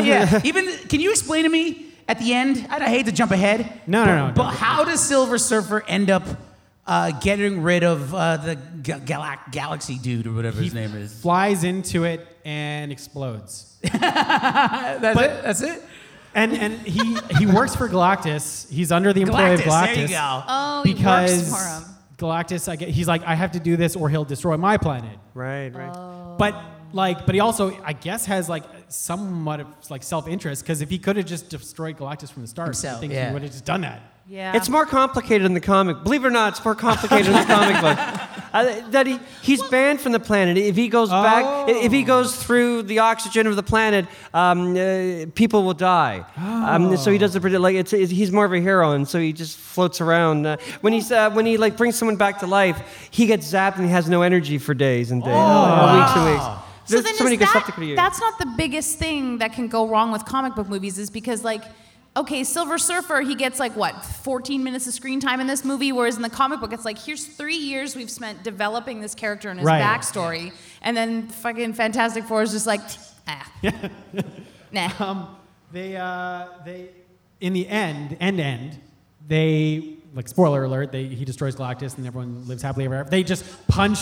Speaker 4: yeah. Even can you explain to me at the end? I, I hate to jump ahead.
Speaker 1: No,
Speaker 4: but,
Speaker 1: no, no,
Speaker 4: But
Speaker 1: no.
Speaker 4: how does Silver Surfer end up uh, getting rid of uh, the ga- galac- galaxy dude or whatever his name is?
Speaker 1: Flies into it and explodes.
Speaker 4: That's it. That's it.
Speaker 1: And and he he works for Galactus. He's under the employ of
Speaker 4: Galactus,
Speaker 1: Galactus.
Speaker 4: there you go.
Speaker 3: Oh, he works
Speaker 1: because
Speaker 3: for him.
Speaker 1: Galactus, I get, he's like, I have to do this or he'll destroy my planet.
Speaker 5: right,
Speaker 3: Oh.
Speaker 5: right.
Speaker 1: But like, but he also, I guess, has like somewhat of like self interest because if he could have just destroyed Galactus from the start,
Speaker 4: Himself,
Speaker 1: I think
Speaker 4: yeah.
Speaker 1: he would have just done that.
Speaker 3: yeah.
Speaker 5: It's more complicated in the comic. Believe it or not, it's more complicated in the comic book. Uh, that he, he's banned from the planet. If he goes back, if he
Speaker 1: Oh.
Speaker 5: goes through the oxygen of the planet, um, uh, people will die. Um, so he doesn't predict. Like it's, it's, he's more of a hero, and so he just floats around. Uh, when he's uh, when he like brings someone back to life, he gets zapped and he has no energy for days and days,
Speaker 1: Oh,
Speaker 5: uh, weeks and weeks.
Speaker 3: so
Speaker 5: There's
Speaker 3: then
Speaker 5: many
Speaker 3: is
Speaker 5: good
Speaker 3: that,
Speaker 5: stuff that could be-
Speaker 3: that's not the biggest thing that can go wrong with comic book movies is because like okay silver surfer he gets like what 14 minutes of screen time in this movie whereas in the comic book it's like here's three years we've spent developing this character and his
Speaker 1: Right.
Speaker 3: backstory and then fucking fantastic four is just like ah nah
Speaker 1: They uh, they in the end, end end, they like spoiler alert. They he destroys Galactus and everyone lives happily ever after. They just punch.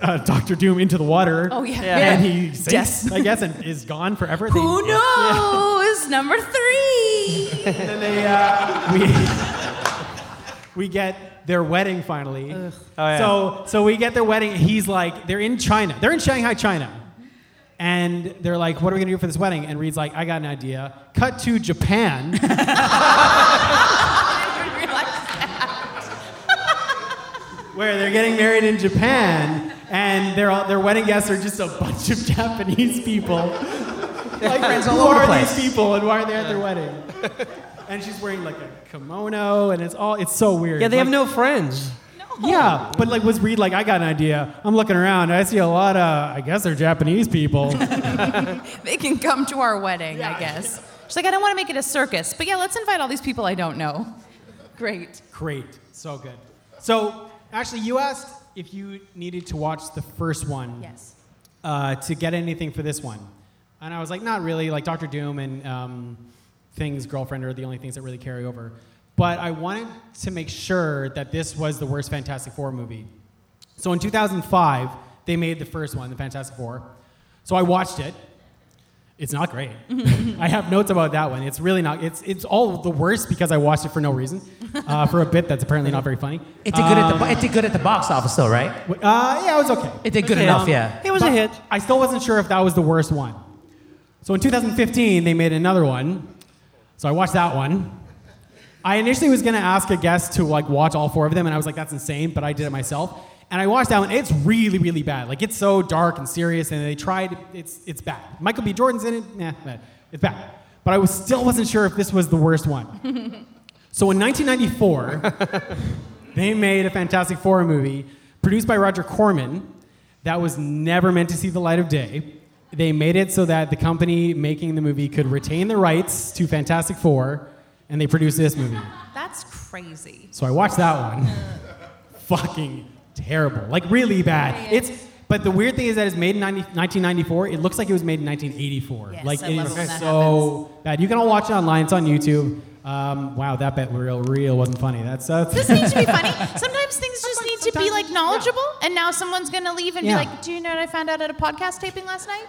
Speaker 1: Uh, Doctor Doom into the water.
Speaker 3: Oh, yeah.
Speaker 1: and he
Speaker 3: Yes.
Speaker 1: sinks, I guess, and is gone forever. They-
Speaker 3: who
Speaker 1: yeah.
Speaker 3: knows number three
Speaker 1: And they, uh, we, we get their wedding finally.
Speaker 5: Oh, yeah.
Speaker 1: So so we get their wedding. He's like, they're in China. They're in Shanghai, China. And they're like, what are we gonna do for this wedding? And Reed's like, I got an idea. Cut to Japan. where they're getting married in Japan, and their their wedding guests are just a bunch of Japanese people. like,
Speaker 4: friends all
Speaker 1: who
Speaker 4: over the
Speaker 1: are
Speaker 4: place.
Speaker 1: these people, and why are they at their wedding? and she's wearing like a kimono, and it's all it's so weird.
Speaker 5: yeah, they have
Speaker 1: Like,
Speaker 5: no friends.
Speaker 4: Oh.
Speaker 1: Yeah, but like was Reed like I got an idea. I'm looking around. I see a lot of I guess they're Japanese people.
Speaker 3: they can come to our wedding i guess she's like i don't want to make it a circus but yeah let's invite all these people i don't know great
Speaker 1: Great, so good. So actually, you asked if you needed to watch the first one.
Speaker 3: yes
Speaker 1: uh, to get anything for this one. And I was like, not really. Like Doctor Doom and um, Thing's girlfriend are the only things that really carry over. But I wanted to make sure that this was the worst Fantastic Four movie. So in 2005, they made the first one, the Fantastic Four. So I watched it. It's not great. I have notes about that one. It's really not. It's it's all the worst because I watched it for no reason, uh, for a bit that's apparently not very funny.
Speaker 4: It did good at the bo- it did good at the box office though, right?
Speaker 1: Uh, yeah, it was okay.
Speaker 4: It did good
Speaker 1: Okay,
Speaker 4: enough.
Speaker 1: um,
Speaker 4: yeah.
Speaker 5: It was a
Speaker 1: but
Speaker 5: hit.
Speaker 1: I still wasn't sure if that was the worst one. So in 2015, they made another one. So I watched that one. I initially was going to ask a guest to like watch all four of them, and I was like, that's insane, but I did it myself. And I watched that one. It's really, really bad. Like it's so dark and serious, and they tried. It's it's bad. Michael B. Jordan's in it. Nah, bad. It's bad. But I was still wasn't sure if this was the worst one. so in 1994. They made a Fantastic Four movie produced by Roger Corman that was never meant to see the light of day. They made it so that the company making the movie could retain the rights to Fantastic Four, and they produced this movie.
Speaker 3: That's crazy.
Speaker 1: So I watched that one. Fucking terrible. Like, really bad. It's, But the weird thing is that it's made in 90, 1994. It looks like it was made in 1984.
Speaker 3: Yes,
Speaker 1: like
Speaker 3: I
Speaker 1: it
Speaker 3: love
Speaker 1: is
Speaker 3: it when that
Speaker 1: so bad. You can all watch it online. It's on YouTube. Um, wow, that bet real real wasn't funny. That's that's.
Speaker 3: This needs to be funny. Sometimes things just need to be like knowledgeable, and now someone's gonna leave and
Speaker 1: Yeah.
Speaker 3: be like, "Do you know what I found out at a podcast taping last night?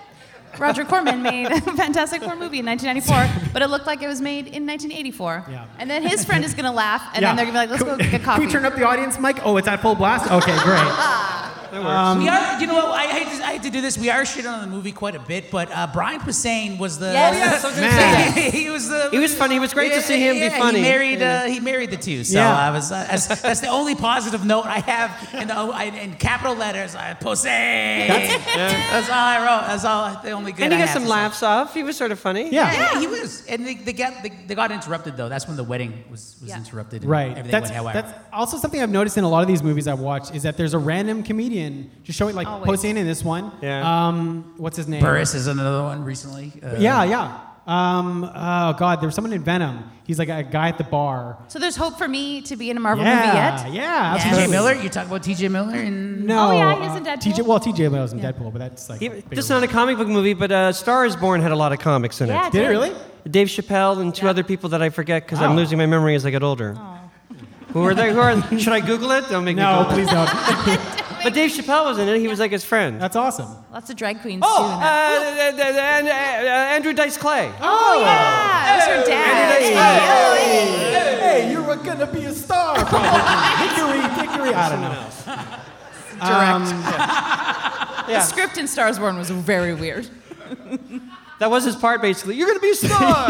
Speaker 3: Roger Corman made a Fantastic Four movie in 1994, but it looked like it was made in 1984."
Speaker 1: Yeah.
Speaker 3: And then his friend is gonna laugh, and
Speaker 1: Yeah.
Speaker 3: then they're gonna be like, "Let's go get a
Speaker 1: Can
Speaker 3: coffee."
Speaker 1: we turn up the audience mic? Oh, it's at full blast. Okay, great. Um,
Speaker 4: we are, you know what? I hate, to, I hate to do this. We are shitting on the movie quite a bit, but uh, Brian Posehn was the.
Speaker 5: Yes. Oh, yes, I was gonna say Man. that.
Speaker 4: he was the.
Speaker 5: He was funny. It was great to see him be
Speaker 4: yeah,
Speaker 5: funny.
Speaker 4: He married.
Speaker 5: Yeah.
Speaker 4: Uh, he married the two. So
Speaker 5: Yeah.
Speaker 4: I was. Uh, that's, that's the only positive note I have in, the, I, in capital letters. I Posehn. That's, all I wrote. That's all. The only good.
Speaker 5: And he
Speaker 4: I
Speaker 5: got
Speaker 4: have
Speaker 5: some
Speaker 4: to say.
Speaker 5: laughs off. He was sort of funny.
Speaker 4: Yeah. he was. And they, they got they, they got interrupted though. That's when the wedding was, was interrupted. and
Speaker 1: Right.
Speaker 4: Everything
Speaker 1: That's,
Speaker 4: went haywire.
Speaker 1: that's also something I've noticed in a lot of these movies I've watched is that there's a random comedian just showing like
Speaker 4: Always.
Speaker 1: posting in this one.
Speaker 4: Yeah.
Speaker 1: Um, what's his name?
Speaker 4: Burris is another one recently. Uh,
Speaker 1: yeah, yeah. Um, oh God, there was someone in Venom. He's like a guy at the bar.
Speaker 3: So there's hope for me to be in a Marvel
Speaker 1: Yeah,
Speaker 3: movie yet.
Speaker 1: yeah,
Speaker 4: T.J.
Speaker 1: absolutely.
Speaker 4: Miller. You talk about T.J. Miller and
Speaker 1: No.
Speaker 3: Oh, yeah, he was in
Speaker 1: uh,
Speaker 3: Deadpool.
Speaker 1: TJ, well, TJ Miller was in Deadpool, but that's like.
Speaker 5: He-
Speaker 1: bigger
Speaker 5: This is not a comic book movie, but uh, Star is Born had a lot of comics in it.
Speaker 1: Yeah, it Did it did. really?
Speaker 5: Dave Chappelle and two other people that I forget because
Speaker 1: Oh.
Speaker 5: I'm losing my memory as I get older. Who are they? Who are? Should I Google it? Don't make
Speaker 1: No,
Speaker 5: me. Google
Speaker 1: please
Speaker 5: it.
Speaker 1: don't.
Speaker 5: But Dave Chappelle was in it. He was like his friend.
Speaker 1: That's awesome.
Speaker 3: Lots of drag queens
Speaker 5: Oh,
Speaker 3: too. in that.
Speaker 5: uh, th- th- th- and, uh, uh, Andrew Dice Clay.
Speaker 3: oh yeah, that was her dad.
Speaker 5: Hey.
Speaker 1: Hey, you're gonna be a star. Hickory, dickory. I don't know.
Speaker 3: Direct.
Speaker 1: Um,
Speaker 3: The script in Stars Born was very weird.
Speaker 5: That was his part, basically. You're gonna be a star.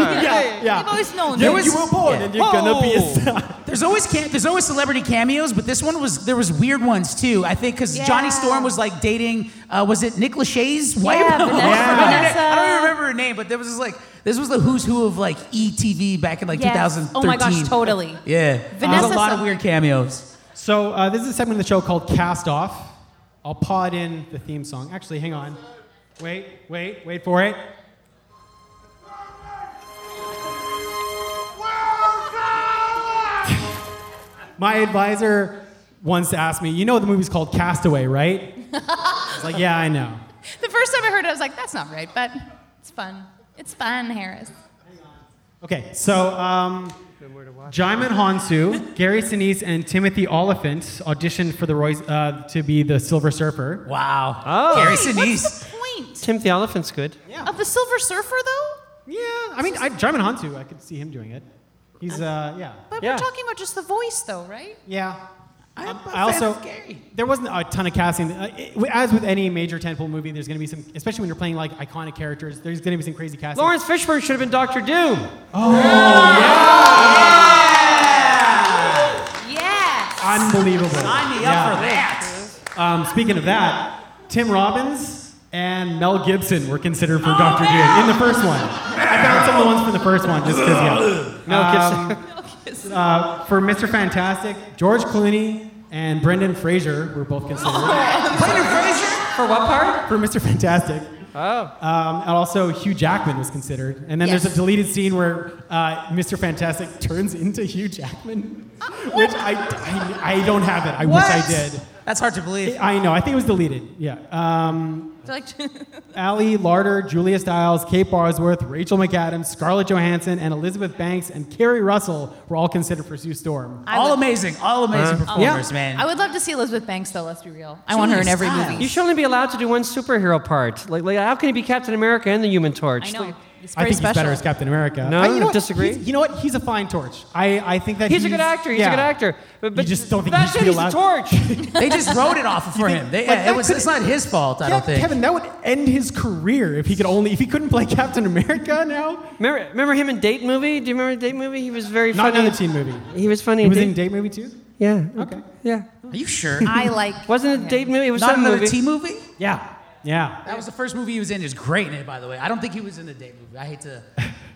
Speaker 1: yeah,
Speaker 5: Hey.
Speaker 1: yeah.
Speaker 3: I've always known
Speaker 1: You, Oh.
Speaker 3: that.
Speaker 1: you were born and you're gonna be a
Speaker 5: Whoa.
Speaker 1: star.
Speaker 4: There's always cam- there's always celebrity cameos, but this one was there was weird ones too. I think because Johnny
Speaker 3: Yeah.
Speaker 4: Storm was like dating uh, was it Nick Lachey's wife?
Speaker 3: Yeah,
Speaker 4: I don't
Speaker 3: Vanessa-
Speaker 4: remember-
Speaker 3: Vanessa.
Speaker 4: I don't remember her name, but there was this, like this was the who's who of like ETV back in like
Speaker 3: Yes.
Speaker 4: 2013.
Speaker 3: Oh my gosh, totally.
Speaker 4: Yeah,
Speaker 3: Vanessa
Speaker 4: there's a lot of
Speaker 3: some-
Speaker 4: weird cameos.
Speaker 1: So uh, this is a segment of the show called Cast Off. I'll pod in the theme song. Actually, hang on. Wait, wait, wait for it. My advisor once asked me, "You know the movie's called Castaway, right?" I was like, "Yeah, I know."
Speaker 3: The first time I heard it, I was like, that's not right, but it's fun. It's fun, Harris.
Speaker 1: Okay, so um, Jaimin Hansu, Gary Sinise, and Timothy Oliphant auditioned for the Royce, uh, to be the Silver Surfer.
Speaker 4: Wow.
Speaker 5: Oh.
Speaker 4: Gary
Speaker 3: Hey,
Speaker 4: Sinise.
Speaker 3: what's the point
Speaker 5: Tim the Elephant's good.
Speaker 3: of the Silver Surfer, though?
Speaker 1: Yeah, I mean, I, Jaimin Hansu, I could see him doing it. He's, uh, yeah.
Speaker 3: But
Speaker 5: Yeah.
Speaker 3: we're talking about just the voice, though, right?
Speaker 1: Yeah.
Speaker 4: I'm a
Speaker 1: I also,
Speaker 4: fan of Gary.
Speaker 1: there wasn't a ton of casting. Uh, it- as with any major tentpole movie, there's going to be some, especially when you're playing like iconic characters, there's going to be some crazy casting.
Speaker 5: Lawrence Fishburne should have been Doctor Doom.
Speaker 3: Yes.
Speaker 1: Unbelievable.
Speaker 4: Sign me up
Speaker 1: Yeah.
Speaker 4: for that.
Speaker 1: Um, speaking of that, Tim Robbins and Mel Gibson were considered for Doctor Doom in the first one. I found some of the ones from the first one just because. Yeah.
Speaker 5: Mel Gibson.
Speaker 1: Uh, for Mr. Fantastic, George Clooney and Brendan Fraser were both considered
Speaker 4: Brendan Fraser.
Speaker 5: For what part?
Speaker 1: for Mr. Fantastic.
Speaker 5: Oh.
Speaker 1: Um, and also Hugh Jackman was considered. And then there's a
Speaker 3: Yes.
Speaker 1: deleted scene where uh, Mr. Fantastic turns into Hugh Jackman, which I, I, I don't have it. I wish
Speaker 4: What?
Speaker 1: I did.
Speaker 4: That's hard to believe.
Speaker 1: I know. I think it was deleted. Yeah. Um,
Speaker 3: They're like,
Speaker 1: Ali Larder, Julia Stiles, Kate Barsworth, Rachel McAdams, Scarlett Johansson, and Elizabeth Banks and Carrie Russell were all considered for Sue Storm.
Speaker 3: I
Speaker 4: all
Speaker 3: would- Uh-huh.
Speaker 4: amazing, all amazing performers,
Speaker 1: Yeah.
Speaker 4: man.
Speaker 3: I would love to see Elizabeth Banks, though, let's be real. I want her in every
Speaker 4: Julia
Speaker 3: movie.
Speaker 5: You should only be allowed to do one superhero part. Like, like how can he be Captain America and the Human Torch?
Speaker 3: I know. It's
Speaker 1: I think
Speaker 3: very
Speaker 1: he's
Speaker 3: special.
Speaker 1: better as Captain America.
Speaker 5: No,
Speaker 1: I, you know
Speaker 5: I
Speaker 1: what?
Speaker 5: disagree.
Speaker 1: He's- you know what? He's a fine torch. I, I think that
Speaker 5: He's,
Speaker 1: he's,
Speaker 5: a good actor. He's
Speaker 1: yeah.
Speaker 5: a good actor. But, but
Speaker 1: you just don't think he
Speaker 5: that's
Speaker 1: should
Speaker 5: it.
Speaker 1: be
Speaker 5: He's
Speaker 1: allowed.
Speaker 5: a torch.
Speaker 4: They just wrote it off for him. They,
Speaker 1: like,
Speaker 4: yeah,
Speaker 1: that
Speaker 4: it was,
Speaker 1: could-
Speaker 4: it's not his fault, I
Speaker 1: Yeah,
Speaker 4: don't think.
Speaker 1: Kevin, that would end his career if he could only if he couldn't play Captain America now.
Speaker 5: remember, remember him in Date Movie? Do you remember Date Movie? He was very
Speaker 1: Not
Speaker 5: funny.
Speaker 1: another teen movie.
Speaker 5: He was funny.
Speaker 1: He was
Speaker 5: Date-
Speaker 1: in Date Movie too.
Speaker 5: Yeah.
Speaker 1: Okay.
Speaker 5: Yeah.
Speaker 4: Are you sure?
Speaker 3: I like.
Speaker 5: Wasn't it a Date Movie? It was
Speaker 4: Not
Speaker 5: some
Speaker 4: another
Speaker 5: movie.
Speaker 4: T movie?
Speaker 1: Yeah. Yeah.
Speaker 4: That was the first movie he was in. He was great in it, by the way. I don't think he was in the date movie. I hate to.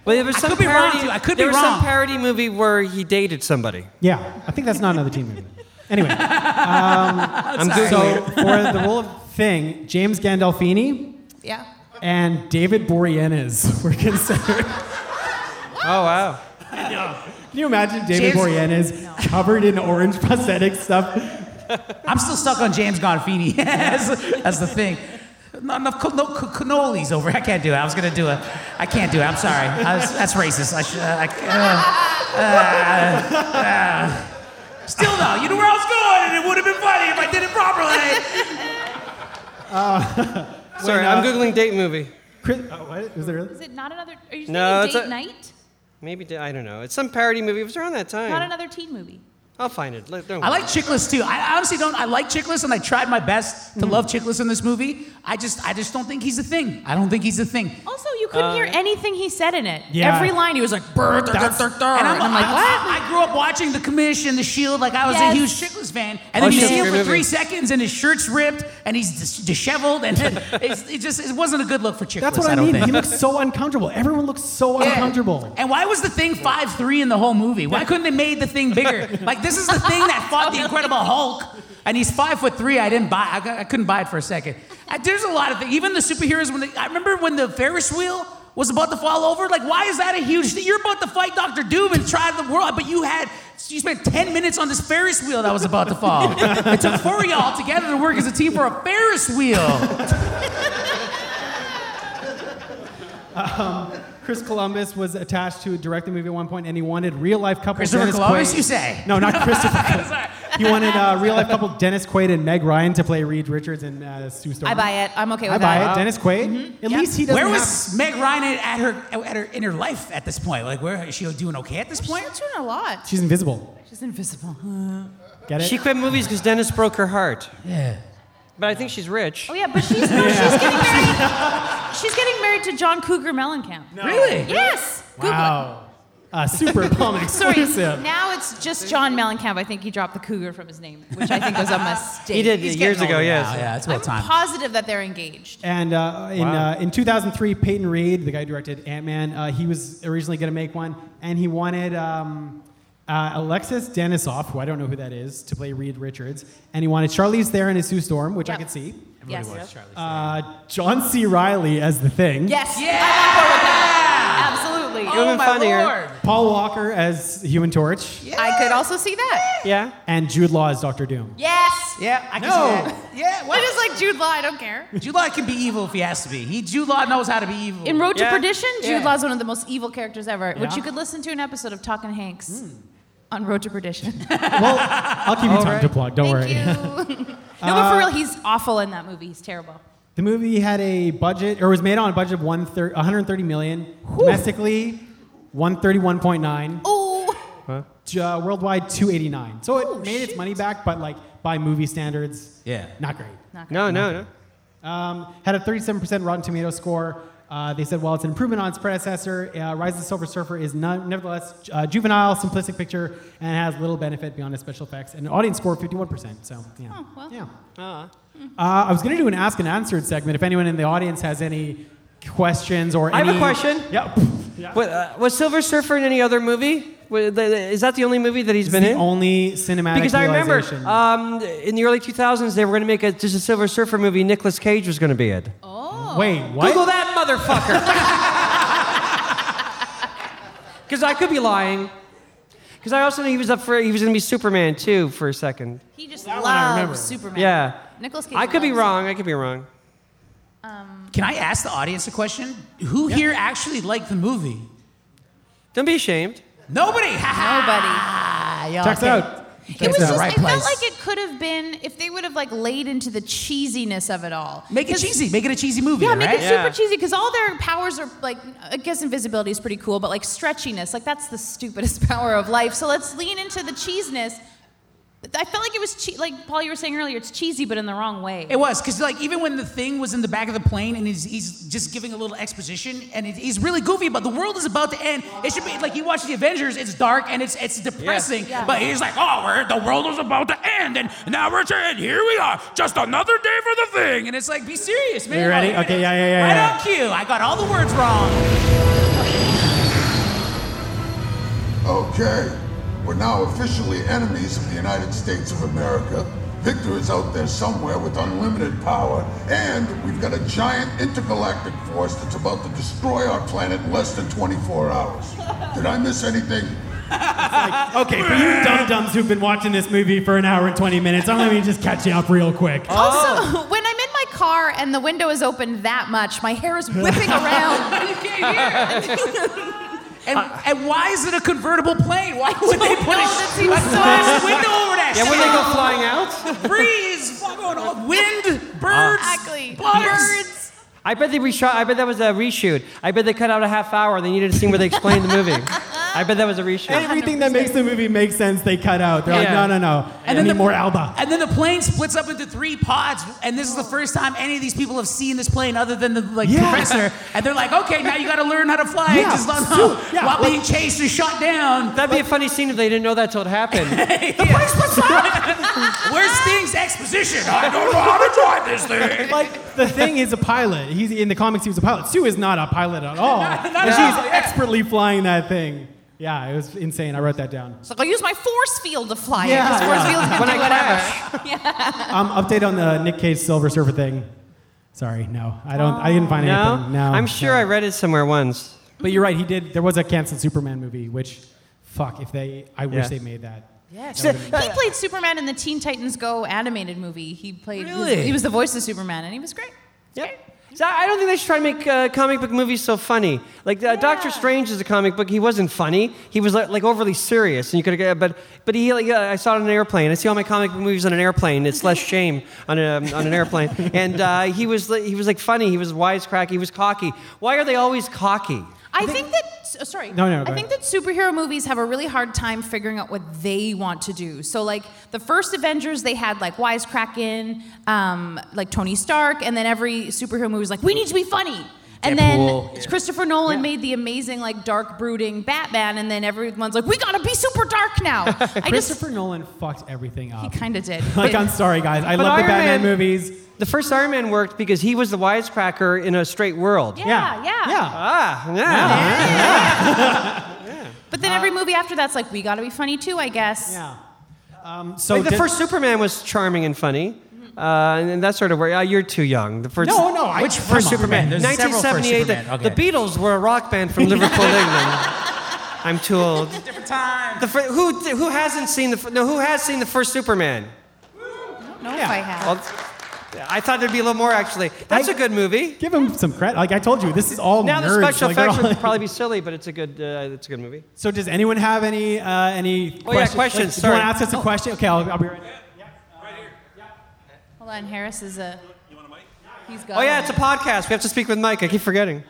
Speaker 5: Well, there was
Speaker 4: I
Speaker 5: some
Speaker 4: could be wrong,
Speaker 5: parody.
Speaker 4: too. I could be
Speaker 5: there was
Speaker 4: wrong.
Speaker 5: some parody movie where he dated somebody.
Speaker 1: Yeah. I think that's not another teen movie. Anyway. um,
Speaker 5: I'm
Speaker 1: So for the role of Thing, James Gandolfini
Speaker 3: Yeah.
Speaker 1: and David Boreanaz were considered.
Speaker 5: Oh wow.
Speaker 1: Can you imagine David
Speaker 4: James-
Speaker 1: Boreanaz covered in orange prosthetic stuff,
Speaker 4: I'm still stuck on James Gandolfini as, as the thing. Not enough ca- no, ca- cannolis over. I can't do it. I was gonna do it. I can't do it. I'm sorry. I was, that's racist. I should. I, uh, uh, uh. Still though, you knew where I was going, and it would have been funny if I did it properly.
Speaker 5: Sorry, I'm googling date movie.
Speaker 1: Chris, oh, what? Is there really?
Speaker 8: Is it not another? Are you
Speaker 5: No,
Speaker 8: saying
Speaker 5: it's
Speaker 8: date
Speaker 5: a-
Speaker 8: night?
Speaker 5: Maybe da- I don't know. It's some parody movie. It was around that time.
Speaker 8: Not another teen movie.
Speaker 5: I'll find it. Let- Don't
Speaker 4: I like
Speaker 5: worry.
Speaker 4: Chickless too. I honestly don't. I like Chickless, and I tried my best to love Chickless in this movie. I just, I just don't think he's a thing. I don't think he's a thing.
Speaker 3: Also, you couldn't hear anything he said in it.
Speaker 4: Yeah.
Speaker 3: Every line he was like, "Brr, brr, brr,
Speaker 4: That's-
Speaker 3: brr, brr,"
Speaker 4: And I'm,
Speaker 3: like,
Speaker 4: I-
Speaker 3: "What?"
Speaker 4: I grew up watching The Commission, The Shield. Like I was
Speaker 3: Yes.
Speaker 4: a huge Chickless fan, and then
Speaker 5: Oh,
Speaker 4: you
Speaker 5: shit,
Speaker 4: see him
Speaker 5: great
Speaker 4: for
Speaker 5: movie.
Speaker 4: three seconds, and his shirt's ripped, and he's dis- disheveled, and it's, it just, it wasn't a good look for Chickless.
Speaker 1: That's what I,
Speaker 4: don't
Speaker 1: mean.
Speaker 4: think.
Speaker 1: He looks so uncomfortable. Everyone looks so
Speaker 4: Yeah.
Speaker 1: uncomfortable.
Speaker 4: And why was the thing five three in the whole movie? Why couldn't they made the thing bigger? Like this is the thing that fought the Incredible Hulk, and he's five foot three. I didn't buy. I, got- I couldn't buy it for a second. I- there's a lot of things. Even the superheroes. When they, I remember when the Ferris wheel was about to fall over. Like why is that a huge thing? You're about to fight Doctor Doom and try the world, but you had. You spent 10 minutes on this Ferris wheel that was about to fall. It took four of y'all together to work as a team for a Ferris wheel.
Speaker 1: Chris Columbus was attached to direct the movie at one point, and he wanted real life couple.
Speaker 4: Christopher
Speaker 1: Dennis
Speaker 4: Columbus,
Speaker 1: Quaid-
Speaker 4: you say?
Speaker 1: No, not Christopher. Columbus. He wanted uh, real life couple Dennis Quaid and Meg Ryan to play Reed Richards and uh, Sue Storm.
Speaker 3: I buy it. Mm-hmm. I'm okay with
Speaker 1: I buy
Speaker 3: that.
Speaker 1: it. Dennis Quaid. At
Speaker 3: Yep.
Speaker 1: least he doesn't.
Speaker 4: Where
Speaker 1: have-
Speaker 4: was Meg Ryan at her at her in her life at this point? Like, where is she doing okay at this
Speaker 3: She's
Speaker 4: point?
Speaker 3: not doing a lot.
Speaker 1: She's invisible.
Speaker 3: She's invisible.
Speaker 1: Get it?
Speaker 5: She quit movies because Dennis broke her heart.
Speaker 4: Yeah.
Speaker 5: But I think she's rich.
Speaker 3: Oh yeah, but she's no, she's getting married. She's getting married to John Cougar Mellencamp.
Speaker 4: Really?
Speaker 3: Yes. Google
Speaker 1: wow. Uh, super Plum
Speaker 3: it. Sorry.
Speaker 1: exclusive.
Speaker 3: Now it's just John Mellencamp. I think he dropped the cougar from his name, which I think was a mistake.
Speaker 5: He did years ago,
Speaker 4: Oh,
Speaker 5: yes.
Speaker 4: yeah, it's
Speaker 3: I'm
Speaker 4: about time.
Speaker 3: positive that they're engaged.
Speaker 1: And uh, in, uh, in 2003, Peyton Reed, the guy who directed Ant Man, uh, he was originally going to make one, and he wanted um, uh, Alexis Denisoff, who I don't know who that is, to play Reed Richards, and he wanted Charlize Theron as Sue Storm, which I
Speaker 3: Yep.
Speaker 1: could see.
Speaker 3: Yes.
Speaker 1: Uh, John C. Riley as the Thing.
Speaker 3: Yes.
Speaker 4: Yeah.
Speaker 3: I'm on board with that. Absolutely.
Speaker 4: Oh my
Speaker 5: funnier.
Speaker 4: lord.
Speaker 1: Paul Walker as Human Torch,
Speaker 3: I could also see that.
Speaker 5: Yeah.
Speaker 1: and Jude Law as Doctor Doom.
Speaker 3: Yes.
Speaker 4: Yeah, I can
Speaker 1: No.
Speaker 4: see that. Yeah,
Speaker 3: I
Speaker 4: what
Speaker 3: just like Jude Law. I don't care.
Speaker 4: Jude Law can be evil if he has to be. He Jude Law knows how to be evil.
Speaker 3: In Road
Speaker 5: Yeah.
Speaker 3: to Perdition, Jude
Speaker 4: Yeah.
Speaker 3: Law's one of the most evil characters ever, which
Speaker 1: Yeah.
Speaker 3: you could listen to an episode of Talking Hanks on Road to Perdition.
Speaker 1: Well, I'll give you time to plug. Don't worry.
Speaker 3: Thank you. no, but
Speaker 4: Uh,
Speaker 3: for real, he's awful in that movie. He's terrible.
Speaker 1: The movie had a budget, or was made on a budget of one thir- 130 million domestically, 131.9.
Speaker 3: Ooh.
Speaker 1: uh, worldwide 289. So it
Speaker 3: Oh,
Speaker 1: made its
Speaker 3: shit.
Speaker 1: money back, but like by movie standards,
Speaker 4: Yeah.
Speaker 1: not great.
Speaker 5: No, no, no.
Speaker 1: Um, had a 37% Rotten Tomato score. Uh, they said, while it's an improvement on its predecessor, uh, Rise of the Silver Surfer is no- nevertheless uh, juvenile, simplistic picture, and has little benefit beyond its special effects. And an audience score of 51%. So, yeah.
Speaker 3: Oh, well.
Speaker 1: yeah. Uh, I was going to do an ask and answered segment if anyone in the audience has any questions or
Speaker 5: I have a
Speaker 1: any-
Speaker 5: question.
Speaker 1: Yeah. yeah.
Speaker 5: But, uh, was Silver Surfer in any other movie? Wa- the- the- Is that the only movie that he's
Speaker 1: It's
Speaker 5: been
Speaker 1: the
Speaker 5: in?
Speaker 1: only cinematic
Speaker 5: because I remember
Speaker 1: realization.
Speaker 5: um, in the early 2000s they were going to make a, just a Silver Surfer movie. Nicolas Cage was going to be in.
Speaker 1: Wait, Oh. what?
Speaker 5: Google that motherfucker. Because I could be lying. Because I also knew he was up for he was going to be Superman too for a second.
Speaker 3: He just
Speaker 1: That one I remember.
Speaker 3: loves Superman.
Speaker 5: Yeah.
Speaker 3: Nicholas Cage.
Speaker 5: I could be
Speaker 3: loves-
Speaker 5: wrong. I could be wrong.
Speaker 4: Can I ask the audience a question? Who here actually liked the movie?
Speaker 5: Don't be ashamed.
Speaker 4: Nobody. Ha ha.
Speaker 3: Nobody.
Speaker 4: Ah, y'all
Speaker 1: Checks
Speaker 4: can-
Speaker 1: out.
Speaker 3: It was
Speaker 4: the
Speaker 3: just.
Speaker 4: right
Speaker 3: it
Speaker 4: place.
Speaker 3: felt like it could have been if they would have like laid into the cheesiness of it all.
Speaker 4: Make it
Speaker 3: 'Cause-
Speaker 4: cheesy. Make it a cheesy movie,
Speaker 3: Yeah,
Speaker 4: right?
Speaker 3: make it
Speaker 5: Yeah.
Speaker 3: super cheesy because all their powers are like. I guess invisibility is pretty cool, but like stretchiness, like that's the stupidest power of life. So let's lean into the cheesiness. But I felt like it was che- like Paul, you were saying earlier. It's cheesy, but in the wrong way.
Speaker 4: It was because like even when the thing was in the back of the plane and he's, he's just giving a little exposition and it, he's really goofy, but the world is about to end. It should be like you watch the Avengers. It's dark and it's it's depressing,
Speaker 3: Yeah.
Speaker 4: but he's like, oh, we're, the world is about to end, and now we're to end. Here we are, just another day for the thing. And it's like, be serious, man.
Speaker 1: You ready?
Speaker 4: Like,
Speaker 1: Okay, yeah, yeah, yeah,
Speaker 4: Right
Speaker 1: yeah.
Speaker 4: on cue. I got all the words wrong.
Speaker 11: Okay, we're now officially enemies of the United States of America. Victor is out there somewhere with unlimited power, and we've got a giant intergalactic force that's about to destroy our planet in less than 24 hours. Did I miss anything?
Speaker 1: It's like, okay, for you dumb dumbs who've been watching this movie for an hour and 20 minutes, I'm going to just catch you up real quick.
Speaker 3: Also, when I'm in my car and the window is open that much, my hair is whipping around. you can't hear.
Speaker 4: And, and why is it a convertible plane? Why would they put
Speaker 3: know,
Speaker 4: a,
Speaker 3: that seems
Speaker 4: a
Speaker 3: so-
Speaker 4: glass window over that
Speaker 5: Yeah,
Speaker 4: shit?
Speaker 5: when they go flying out.
Speaker 4: Breeze, fuck going on, wind, birds,
Speaker 3: Exactly.
Speaker 4: bugs.
Speaker 3: Birds.
Speaker 5: I bet they reshot. I bet that was a reshoot. I bet they cut out a half hour. They needed a scene where they explained the movie. I bet that was a reshoot.
Speaker 1: Everything that makes the movie make sense, they cut out. They're
Speaker 5: Yeah.
Speaker 1: like, no, no, no. And
Speaker 4: And then
Speaker 1: then need
Speaker 4: the-
Speaker 1: more Alba.
Speaker 4: And then the plane splits up into three pods, and this is the first time any of these people have seen this plane other than the like
Speaker 1: Yeah.
Speaker 4: professor. And they're like, okay, now you got to learn how to fly
Speaker 1: Yeah,
Speaker 4: just on
Speaker 1: so- yeah,
Speaker 4: while
Speaker 1: like-
Speaker 4: being chased and shot down.
Speaker 5: That'd be a funny scene if they didn't know that till it happened.
Speaker 4: The place was fine. Where's Sting's exposition? I don't know how to drive this thing.
Speaker 1: Like, the thing is a pilot. He's In the comics, he was a pilot. Sue is not a pilot at all. and
Speaker 4: at
Speaker 1: she's
Speaker 4: all, yeah.
Speaker 1: expertly flying that thing. Yeah, it was insane. I wrote that down.
Speaker 3: It's like I use my force field to fly it.
Speaker 1: Yeah.
Speaker 3: This force field can
Speaker 5: When
Speaker 3: do
Speaker 5: I
Speaker 3: whatever.
Speaker 5: crash,
Speaker 1: Um, update on the Nick Cage Silver Surfer thing. Sorry, no. I don't. I didn't find
Speaker 5: no,
Speaker 1: anything. No.
Speaker 5: I'm sure I read it somewhere once.
Speaker 1: But you're right. He did. There was a canceled Superman movie, which, fuck, if they, I wish
Speaker 5: Yes.
Speaker 1: they made that.
Speaker 3: Yes. he played Superman in the Teen Titans Go animated movie. He played. he was-
Speaker 4: Really?
Speaker 3: He was the voice of Superman, and he was great.
Speaker 5: Yep. So I don't think they should try to make uh, comic book movies so funny. Like uh, Doctor Strange is a comic book. He wasn't funny. He was like, like overly serious, and you could have. But but he like uh, I saw it on an airplane. I see all my comic book movies on an airplane. It's less shame on a, on an airplane. And uh, he was li- he was like funny. He was wisecracky. He was cocky. Why are they always cocky?
Speaker 3: I think that s- oh, sorry.
Speaker 1: No, no,
Speaker 3: I
Speaker 1: go
Speaker 3: think that superhero movies have a really hard time figuring out what they want to do. So like the first Avengers, they had like Wisecracking, um, like Tony Stark, and then every superhero movie was like, we need to be funny. And
Speaker 4: Deadpool.
Speaker 3: then Christopher Nolan made the amazing like dark brooding Batman, and then everyone's like, we gotta be super dark now. I just
Speaker 1: Christopher Nolan fucked everything up.
Speaker 3: he kind of did.
Speaker 1: like, I'm
Speaker 3: But-
Speaker 1: sorry, guys. I
Speaker 5: But
Speaker 1: love the
Speaker 5: Iron
Speaker 1: Batman
Speaker 5: Man-
Speaker 1: movies.
Speaker 5: The first Iron Man worked because he was the wisecracker in a straight world.
Speaker 3: yeah, yeah,
Speaker 1: Yeah.
Speaker 5: Ah, yeah.
Speaker 3: But then every movie after that's like, we gotta be funny too, I guess.
Speaker 1: Uh, Yeah. Um, so
Speaker 5: Like, the
Speaker 1: did-
Speaker 5: first Superman was charming and funny. Uh, and, and that sort of where uh, you're too young. The first
Speaker 1: No, no. I,
Speaker 4: Which
Speaker 1: come
Speaker 4: first
Speaker 1: on,
Speaker 4: Superman?
Speaker 1: man.
Speaker 4: There's several first
Speaker 5: 1978. The,
Speaker 4: Superman.
Speaker 5: the Beatles were a rock band from Liverpool, England. I'm too old.
Speaker 4: Different time.
Speaker 5: The fir- who who hasn't seen the fir- no who has seen the first Superman?
Speaker 3: I don't know if I have.
Speaker 5: Well, I thought there'd be a little more actually. That's a
Speaker 1: I-
Speaker 5: good movie.
Speaker 1: Give him some credit. Like I told you, this is all
Speaker 5: Now
Speaker 1: nerds.
Speaker 5: the special
Speaker 1: like, they're
Speaker 5: effects
Speaker 1: all-
Speaker 5: would probably be silly, but it's a good uh, it's a good movie.
Speaker 1: So does anyone have any uh, any?
Speaker 5: Oh, yeah,
Speaker 1: questions?
Speaker 5: questions,
Speaker 1: Like, do you want to
Speaker 5: sorry. Oh.
Speaker 1: ask us a question? Okay, I'll, I'll be right. back.
Speaker 3: Hold on, Harris is a. He's got.
Speaker 5: Oh yeah,
Speaker 3: one.
Speaker 5: it's a podcast. We have to speak with Mike. I keep forgetting.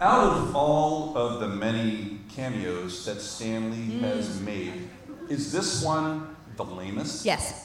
Speaker 12: Out of all of the many cameos that Stanley has made, is this one the lamest?
Speaker 3: Yes.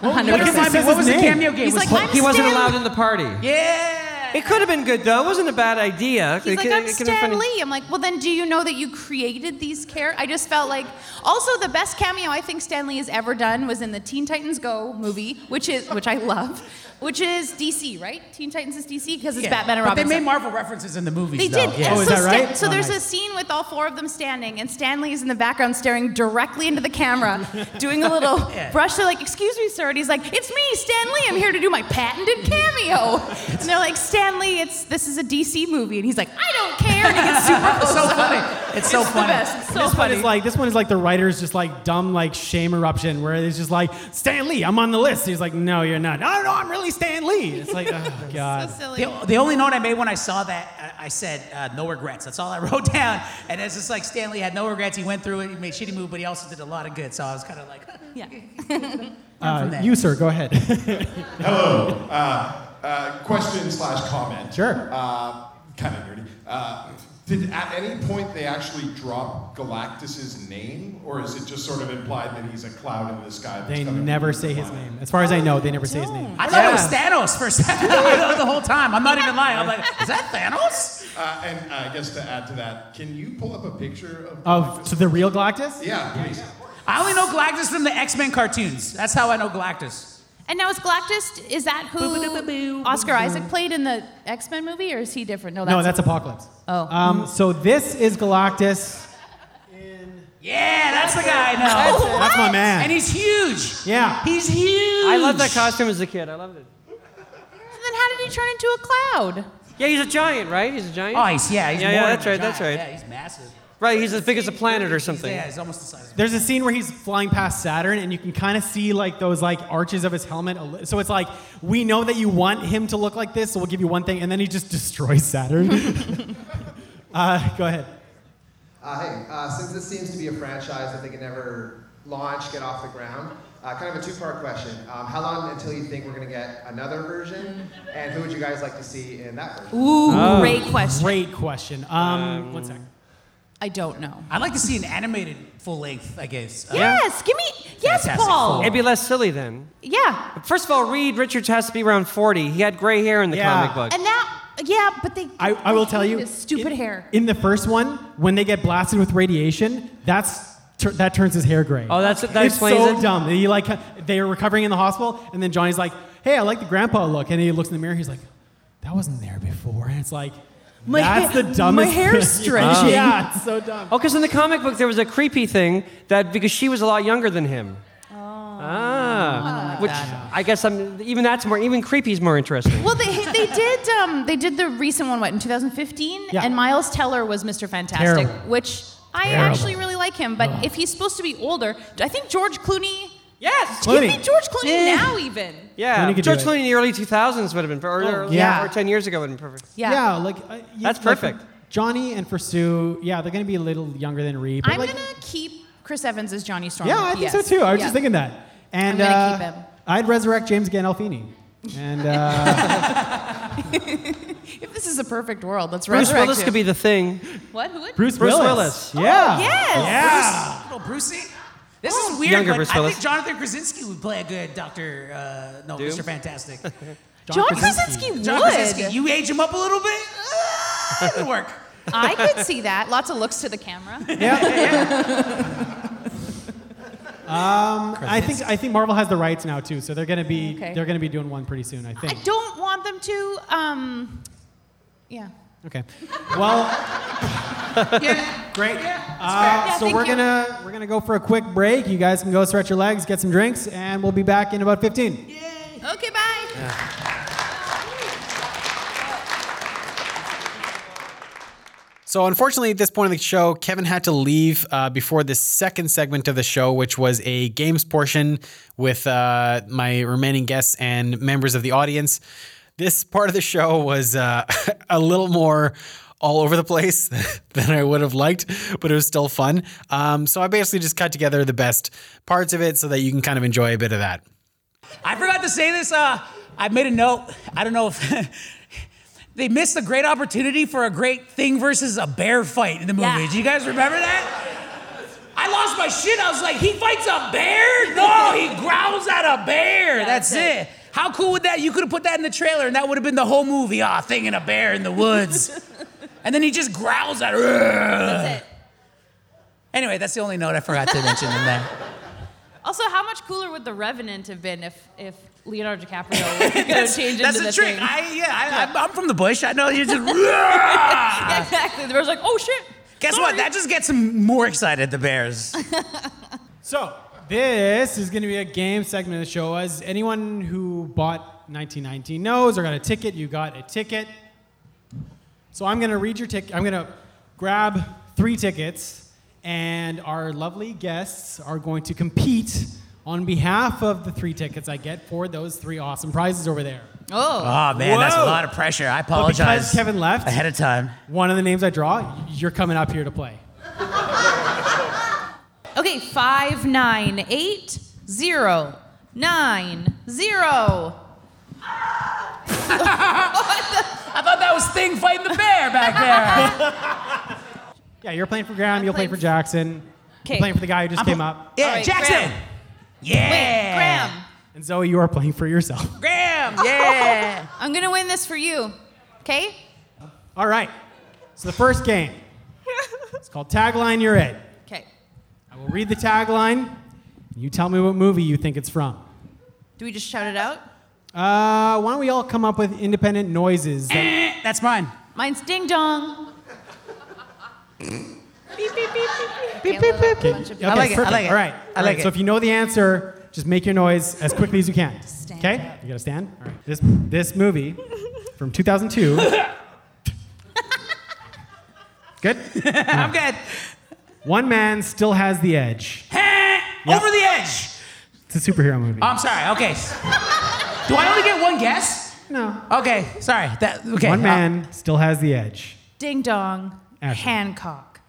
Speaker 1: What
Speaker 4: Because
Speaker 1: is
Speaker 4: I
Speaker 1: it?
Speaker 4: mean,
Speaker 1: Says his
Speaker 4: what was the
Speaker 1: name.
Speaker 4: cameo game?
Speaker 3: He's
Speaker 4: It was
Speaker 3: like, I'm
Speaker 5: He wasn't
Speaker 3: Stan-
Speaker 5: allowed in the party.
Speaker 4: yeah.
Speaker 5: It could have been good though. It wasn't a bad idea.
Speaker 3: He's
Speaker 5: It
Speaker 3: like,
Speaker 5: could-
Speaker 3: I'm
Speaker 5: it could have been
Speaker 3: Stan
Speaker 5: funny.
Speaker 3: Lee. I'm like, well, then do you know that you created these characters? I just felt like. Also, the best cameo I think Stan Lee has ever done was in the Teen Titans Go movie, which is which I love, which is DC, right? Teen Titans is DC because it's
Speaker 4: Yeah.
Speaker 3: Batman and
Speaker 4: But they
Speaker 3: Robin.
Speaker 4: made Marvel references in the movies.
Speaker 3: They
Speaker 4: though.
Speaker 3: did.
Speaker 4: Yeah.
Speaker 1: Oh, is
Speaker 3: so
Speaker 1: that
Speaker 3: Stan-
Speaker 1: right?
Speaker 3: so
Speaker 1: Oh,
Speaker 3: there's
Speaker 1: nice.
Speaker 3: a scene with all four of them standing, and Stanley is in the background staring directly into the camera, doing a little brush. They're like, "Excuse me, sir," and he's like, "It's me, Stanley. I'm here to do my patented cameo." And they're like, "Stanley, it's this is a DC movie," and he's like, "I don't care." And he gets super
Speaker 4: It's so
Speaker 3: close up.
Speaker 4: funny. It's so
Speaker 3: It's the
Speaker 4: funny.
Speaker 3: best. It's so
Speaker 1: this one
Speaker 3: funny.
Speaker 1: is like this one is like the writer's just like dumb like shame eruption where it's just like Stan Lee, I'm on the list. He's like, no, you're not. No, no, I'm really Stan Lee. It's like, oh god.
Speaker 3: so silly.
Speaker 4: The, the only note I made when I saw that, I I said, uh, no regrets. That's all I wrote down. And it's just like Stanley had no regrets. He went through it, he made shitty moves, but he also did a lot of good. So I was kind of like,
Speaker 3: Yeah.
Speaker 1: Uh,
Speaker 4: that.
Speaker 1: you sir, go ahead.
Speaker 13: Hello. Uh, uh, question slash comment.
Speaker 1: Sure.
Speaker 13: Uh, kind of nerdy. Uh, did at any point they actually drop Galactus's name, or is it just sort of implied that he's a cloud in the sky? that's
Speaker 1: they
Speaker 13: coming
Speaker 1: never
Speaker 13: from
Speaker 1: say
Speaker 13: the
Speaker 1: his
Speaker 13: planet?
Speaker 1: name. As far as I know, they never say his name.
Speaker 4: I thought it was Thanos for a second the whole time. I'm not even lying. I'm like, is that Thanos?
Speaker 13: Uh, and I guess to add to that, can you pull up a picture
Speaker 4: Oh,
Speaker 13: of?
Speaker 1: Of to the real Galactus?
Speaker 13: yeah, please.
Speaker 4: I only know Galactus from the X Men cartoons. That's how I know Galactus.
Speaker 3: And now is Galactus? Is that who Oscar Isaac played in the X Men movie, or is he different? No, that's,
Speaker 1: no, that's Apocalypse.
Speaker 3: Oh.
Speaker 1: Um, so this is Galactus.
Speaker 4: Yeah, that's the guy I know.
Speaker 1: That's my
Speaker 4: And
Speaker 1: man.
Speaker 4: he's huge.
Speaker 1: Yeah.
Speaker 4: He's huge.
Speaker 5: I loved that costume as a kid. I loved it.
Speaker 3: Then how did he turn into a cloud?
Speaker 5: Yeah, he's a giant, right? He's a giant.
Speaker 4: Oh, he's, yeah, he's
Speaker 5: Yeah, yeah,
Speaker 4: more
Speaker 5: that's right,
Speaker 4: giant.
Speaker 5: that's right.
Speaker 4: Yeah, he's massive.
Speaker 5: Right, he's as big as a planet or something.
Speaker 4: Yeah, he's almost the size.
Speaker 1: There's a scene where he's flying past Saturn, and you can kind of see like those like arches of his helmet. a li- So it's like we know that you want him to look like this, so we'll give you one thing, and then he just destroys Saturn. uh, go ahead.
Speaker 14: Uh, hey, uh, since this seems to be a franchise that they can never launch, get off the ground, uh, kind of a two-part question. Um, how long until you think we're going to get another version, and who would you guys like to see in that version?
Speaker 1: Oh,
Speaker 3: great question.
Speaker 1: Great question. Um, one second.
Speaker 3: I don't know.
Speaker 4: I'd like to see an animated full length, I guess. Uh,
Speaker 3: Yes, give me yes,
Speaker 4: Fantastic
Speaker 3: Paul.
Speaker 5: It'd be less silly then.
Speaker 3: Yeah,
Speaker 5: First of all, Reed Richards has to be around 40. He had gray hair in the
Speaker 1: Yeah.
Speaker 5: comic book.
Speaker 3: and now yeah, but they.
Speaker 1: I, I will tell you.
Speaker 3: His
Speaker 1: in-
Speaker 3: stupid hair.
Speaker 1: In the first one, when they get blasted with radiation, that's tur- that turns his hair gray.
Speaker 5: Oh, that's- that
Speaker 1: it's
Speaker 5: explains
Speaker 1: so
Speaker 5: it?
Speaker 1: dumb. He like they're recovering in the hospital, and then Johnny's like, "Hey, I like the grandpa look," and he looks in the mirror. He's like, "That wasn't there before." And it's like,
Speaker 3: My
Speaker 1: that's
Speaker 3: hair-
Speaker 1: the dumbest.
Speaker 3: my hair's
Speaker 1: thing.
Speaker 3: stretching.
Speaker 1: Yeah, it's so dumb.
Speaker 5: Oh, because in the comic book there was a creepy thing that because she was a lot younger than him. Ah, which I guess I'm even that's more even creepy's more interesting.
Speaker 3: Well, they they did um they did the recent one what in 2015,
Speaker 5: Yeah.
Speaker 3: and Miles Teller was Mr. Fantastic,
Speaker 5: Terrible.
Speaker 3: which I
Speaker 5: Terrible.
Speaker 3: actually really like him. But if he's supposed to be older, I think George Clooney.
Speaker 5: Yes,
Speaker 3: give me
Speaker 5: Clooney.
Speaker 3: George Clooney
Speaker 5: Eh.
Speaker 3: now even.
Speaker 5: Yeah,
Speaker 1: Clooney could do
Speaker 5: George
Speaker 1: it. Oh,
Speaker 5: Clooney in the early 2000s would have been, or, or-
Speaker 1: yeah.
Speaker 5: or 10 years ago would have been perfect.
Speaker 3: Yeah.
Speaker 1: yeah, like uh, you-
Speaker 5: That's
Speaker 1: like,
Speaker 5: perfect.
Speaker 1: Johnny and for Sue, yeah, they're gonna be a little younger than Reed. but,
Speaker 3: I'm
Speaker 1: like,
Speaker 3: gonna keep Chris Evans as Johnny Storm.
Speaker 1: Yeah, I think so too. I was just thinking that. And
Speaker 3: I'm gonna
Speaker 1: uh,
Speaker 3: keep him.
Speaker 1: I'd resurrect James Gandolfini. And uh,
Speaker 3: If this is a perfect world, let's
Speaker 5: Bruce
Speaker 3: resurrect
Speaker 5: Willis
Speaker 3: him.
Speaker 5: could be the thing.
Speaker 3: What? Who would?
Speaker 1: Bruce,
Speaker 5: Bruce
Speaker 1: Willis.
Speaker 5: Willis.
Speaker 1: Oh, Yeah.
Speaker 3: Yes.
Speaker 4: Bruce, little Brucey. This is weird,
Speaker 5: Oh, Younger
Speaker 4: but
Speaker 5: Bruce
Speaker 4: I
Speaker 5: Willis.
Speaker 4: think Jonathan Krasinski would play a good Doctor. Uh, no, Mr. Fantastic.
Speaker 3: John Krasinski would.
Speaker 4: John Krasinski, you age him up a little bit. Uh, it'll work.
Speaker 3: I could see that. Lots of looks to the camera.
Speaker 1: Um, I think I think Marvel has the rights now too, so they're gonna be
Speaker 3: Okay.
Speaker 1: they're gonna be doing one pretty soon, I
Speaker 3: I
Speaker 1: think.
Speaker 3: don't want them to. Um, yeah.
Speaker 1: okay. Well,
Speaker 4: Great.
Speaker 1: uh,
Speaker 3: Yeah,
Speaker 1: so
Speaker 3: thank
Speaker 1: we're
Speaker 3: you.
Speaker 1: gonna we're gonna go for a quick break. You guys can go stretch your legs, get some drinks, and we'll be back in about 15.
Speaker 3: Okay, bye.
Speaker 15: So, unfortunately, at this point of the show, Kevin had to leave uh, before the second segment of the show, which was a games portion with uh, my remaining guests and members of the audience. This part of the show was uh, a little more all over the place than I would have liked, but it was still fun. Um, so, I basically just cut together the best parts of it so that you can kind of enjoy a bit of that.
Speaker 4: I forgot to say this. Uh, I made a note. I don't know if they missed a great opportunity for a great thing versus a bear fight in the movie.
Speaker 3: Yeah.
Speaker 4: Do you guys remember that? I lost my shit. I was like, he fights a bear? No, he growls at a bear. that's, it. How cool would that? You could have put that in the trailer, and that would have been the whole movie. Ah, thing and a bear in the woods. and then he just growls at. That's
Speaker 3: it.
Speaker 4: Anyway, that's the only note I forgot to mention in that.
Speaker 3: Also, how much cooler would The Revenant have been if if Leonardo DiCaprio could have changed
Speaker 4: That's
Speaker 3: into
Speaker 4: the
Speaker 3: the
Speaker 4: trick.
Speaker 3: thing?
Speaker 4: I yeah, I, I'm- I'm from the bush. I know you just. Guess
Speaker 3: Yeah, exactly. The bear's like, oh shit.
Speaker 4: what? That just gets them more excited. The Bears.
Speaker 1: So this is going to be a game segment of the show. As anyone who bought 1919 knows or got a ticket, you got a ticket. So I'm going to read your ticket. I'm going to grab three tickets, and our lovely guests are going to compete on behalf of the three tickets I get for those three awesome prizes over there.
Speaker 3: Oh.
Speaker 4: Oh man, that's a
Speaker 1: Whoa.
Speaker 4: lot of pressure. I
Speaker 1: But
Speaker 4: apologize
Speaker 1: because Kevin left,
Speaker 4: ahead of time.
Speaker 1: one of the names I draw, you're coming up here to play.
Speaker 3: Okay, five nine eight zero nine zero.
Speaker 4: I thought that was Thing fighting the bear back there.
Speaker 1: Yeah, you're playing for Graham. You'll play
Speaker 3: playing
Speaker 1: for
Speaker 3: f-
Speaker 1: Jackson. You're
Speaker 3: Okay.
Speaker 1: playing for the guy who just
Speaker 4: I'm
Speaker 1: came
Speaker 4: pl-
Speaker 1: up.
Speaker 4: yeah,
Speaker 3: All right,
Speaker 4: Jackson.
Speaker 3: Graham. Wait,
Speaker 4: Yeah.
Speaker 3: Graham,
Speaker 1: And Zoe, you are playing for yourself.
Speaker 4: Graham. Yeah.
Speaker 3: I'm gonna win this for you. Okay?
Speaker 1: All right. So the first game. It's called Tagline You're It.
Speaker 3: Okay.
Speaker 1: I will read the tagline. And you tell me what movie you think it's from.
Speaker 3: Do we just shout it out?
Speaker 1: Uh, why don't we all come up with independent noises? that-
Speaker 4: that's mine.
Speaker 3: Mine's ding dong. beep beep beep beep beep beep. beep,
Speaker 1: Okay,
Speaker 4: like it, I
Speaker 1: perfect.
Speaker 4: like it.
Speaker 1: All right.
Speaker 4: I
Speaker 1: All
Speaker 4: like
Speaker 1: right, So
Speaker 4: it.
Speaker 1: if you know the answer, just make your noise as quickly as you can. Okay? You gotta stand. All right. This this movie from 2002. Good?
Speaker 4: I'm good.
Speaker 1: One man still has the edge.
Speaker 4: Over the edge.
Speaker 1: It's a superhero movie.
Speaker 4: Oh, I'm sorry. Okay. Do I only get one guess?
Speaker 1: No.
Speaker 4: Okay. Sorry. That okay.
Speaker 1: One
Speaker 4: Uh,
Speaker 1: man still has the edge.
Speaker 3: Ding dong.
Speaker 1: Ashley.
Speaker 3: Hancock.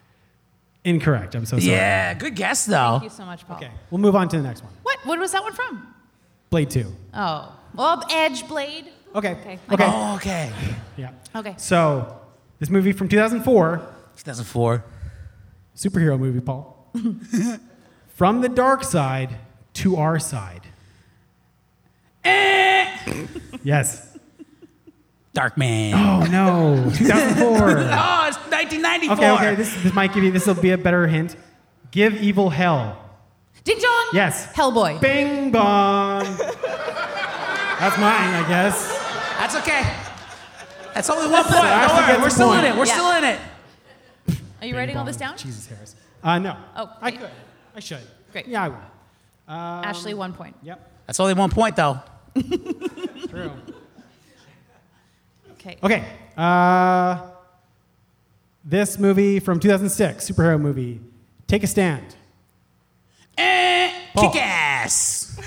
Speaker 1: Incorrect. I'm so sorry.
Speaker 4: yeah. Good guess though.
Speaker 3: Thank you so much, Paul. Okay.
Speaker 1: We'll move on to the next one.
Speaker 3: What? What was that one from?
Speaker 1: Blade 2.
Speaker 3: Oh. Well, Edge Blade.
Speaker 1: Okay.
Speaker 3: Okay.
Speaker 1: Okay.
Speaker 4: Oh, okay.
Speaker 1: Yeah.
Speaker 3: Okay.
Speaker 1: So, this movie from 2004,
Speaker 4: 2004.
Speaker 1: superhero movie, Paul. from the dark side to our side. yes.
Speaker 4: Dark Man.
Speaker 1: Oh, no. 2004.
Speaker 4: oh, it's 1994.
Speaker 1: Okay, okay. This, this might give you. This will be a better hint. Give evil hell.
Speaker 3: Ding dong.
Speaker 1: Yes.
Speaker 3: Hellboy.
Speaker 1: Bing bong. That's mine, I guess.
Speaker 4: That's okay. That's only one point.
Speaker 1: So I
Speaker 4: Don't
Speaker 1: actually
Speaker 4: worry.
Speaker 1: get
Speaker 4: We're
Speaker 1: the
Speaker 4: still
Speaker 1: point.
Speaker 4: in it. We're
Speaker 3: Yeah.
Speaker 4: still in it.
Speaker 3: Are you writing all this down?
Speaker 1: Jesus Harris. Uh, no.
Speaker 3: Oh,
Speaker 1: I
Speaker 3: great.
Speaker 1: could. I should.
Speaker 3: Great.
Speaker 1: Yeah, I would.
Speaker 3: Ashley, one point.
Speaker 1: Yep.
Speaker 4: That's only one point though.
Speaker 1: True.
Speaker 3: Okay.
Speaker 1: Okay. Uh, this movie from 2006, superhero movie. Take a stand. Paul.
Speaker 4: Eh, Kick ass.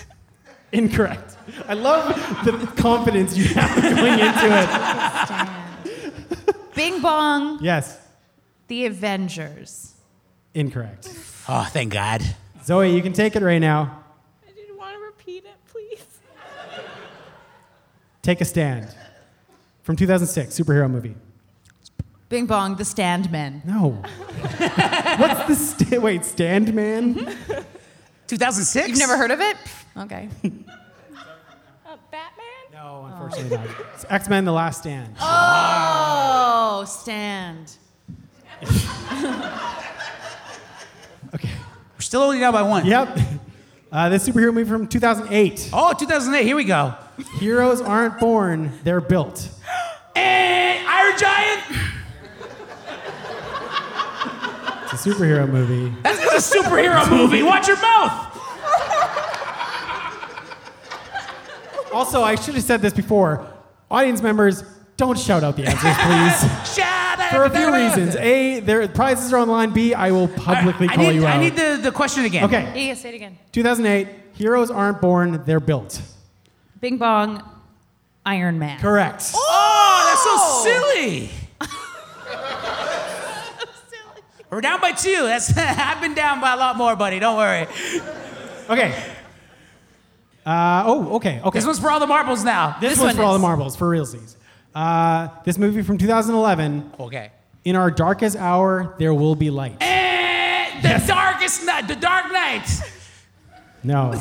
Speaker 1: Incorrect. I love the confidence you have going into it.
Speaker 3: Bing bong.
Speaker 1: Yes.
Speaker 3: The Avengers.
Speaker 1: Incorrect.
Speaker 4: Oh, thank God.
Speaker 1: Zoe, you can take it right now.
Speaker 8: I didn't want to repeat it, please.
Speaker 1: Take a stand. From 2006, superhero movie.
Speaker 3: Bing bong. The Stand Men.
Speaker 1: No. What's the sta- wait? Stand man.
Speaker 4: 2006.
Speaker 3: You've never heard of it? Okay.
Speaker 8: Uh, Batman?
Speaker 1: No, unfortunately not. It's X Men: The Last Stand.
Speaker 3: Oh, Stand.
Speaker 1: Okay.
Speaker 4: We're still only down by one.
Speaker 1: Yep. Uh, this superhero movie from 2008.
Speaker 4: Oh, 2008. Here we go.
Speaker 1: Heroes aren't born; they're built.
Speaker 4: Eh, Iron Giant.
Speaker 1: It's a superhero movie.
Speaker 4: That's just a superhero movie. Watch your mouth.
Speaker 1: Also, I should have said this before. Audience members, don't shout out the answers, please.
Speaker 4: Shut up.
Speaker 1: For a few reasons. A, their prizes are online. B, I will publicly
Speaker 4: I
Speaker 1: call
Speaker 4: need,
Speaker 1: you
Speaker 4: I
Speaker 1: out.
Speaker 4: need the, the question again.
Speaker 1: okay.
Speaker 3: Yeah, say it again.
Speaker 1: 2008. Heroes aren't born; they're built.
Speaker 3: Bing bong. Iron Man.
Speaker 1: Correct.
Speaker 4: Oh, that's so silly. We're down by two. That's I've been down by a lot more, buddy. Don't worry.
Speaker 1: Okay. Uh, oh, okay, okay.
Speaker 4: This one's for all the marbles now.
Speaker 1: This
Speaker 3: This
Speaker 1: one's for
Speaker 3: one
Speaker 1: all the
Speaker 3: is.
Speaker 1: marbles, for realsies. Uh, this movie from 2011,
Speaker 4: Okay.
Speaker 1: In Our Darkest Hour, There Will Be Light.
Speaker 4: Eh, the darkest night. The Dark Knight.
Speaker 1: No.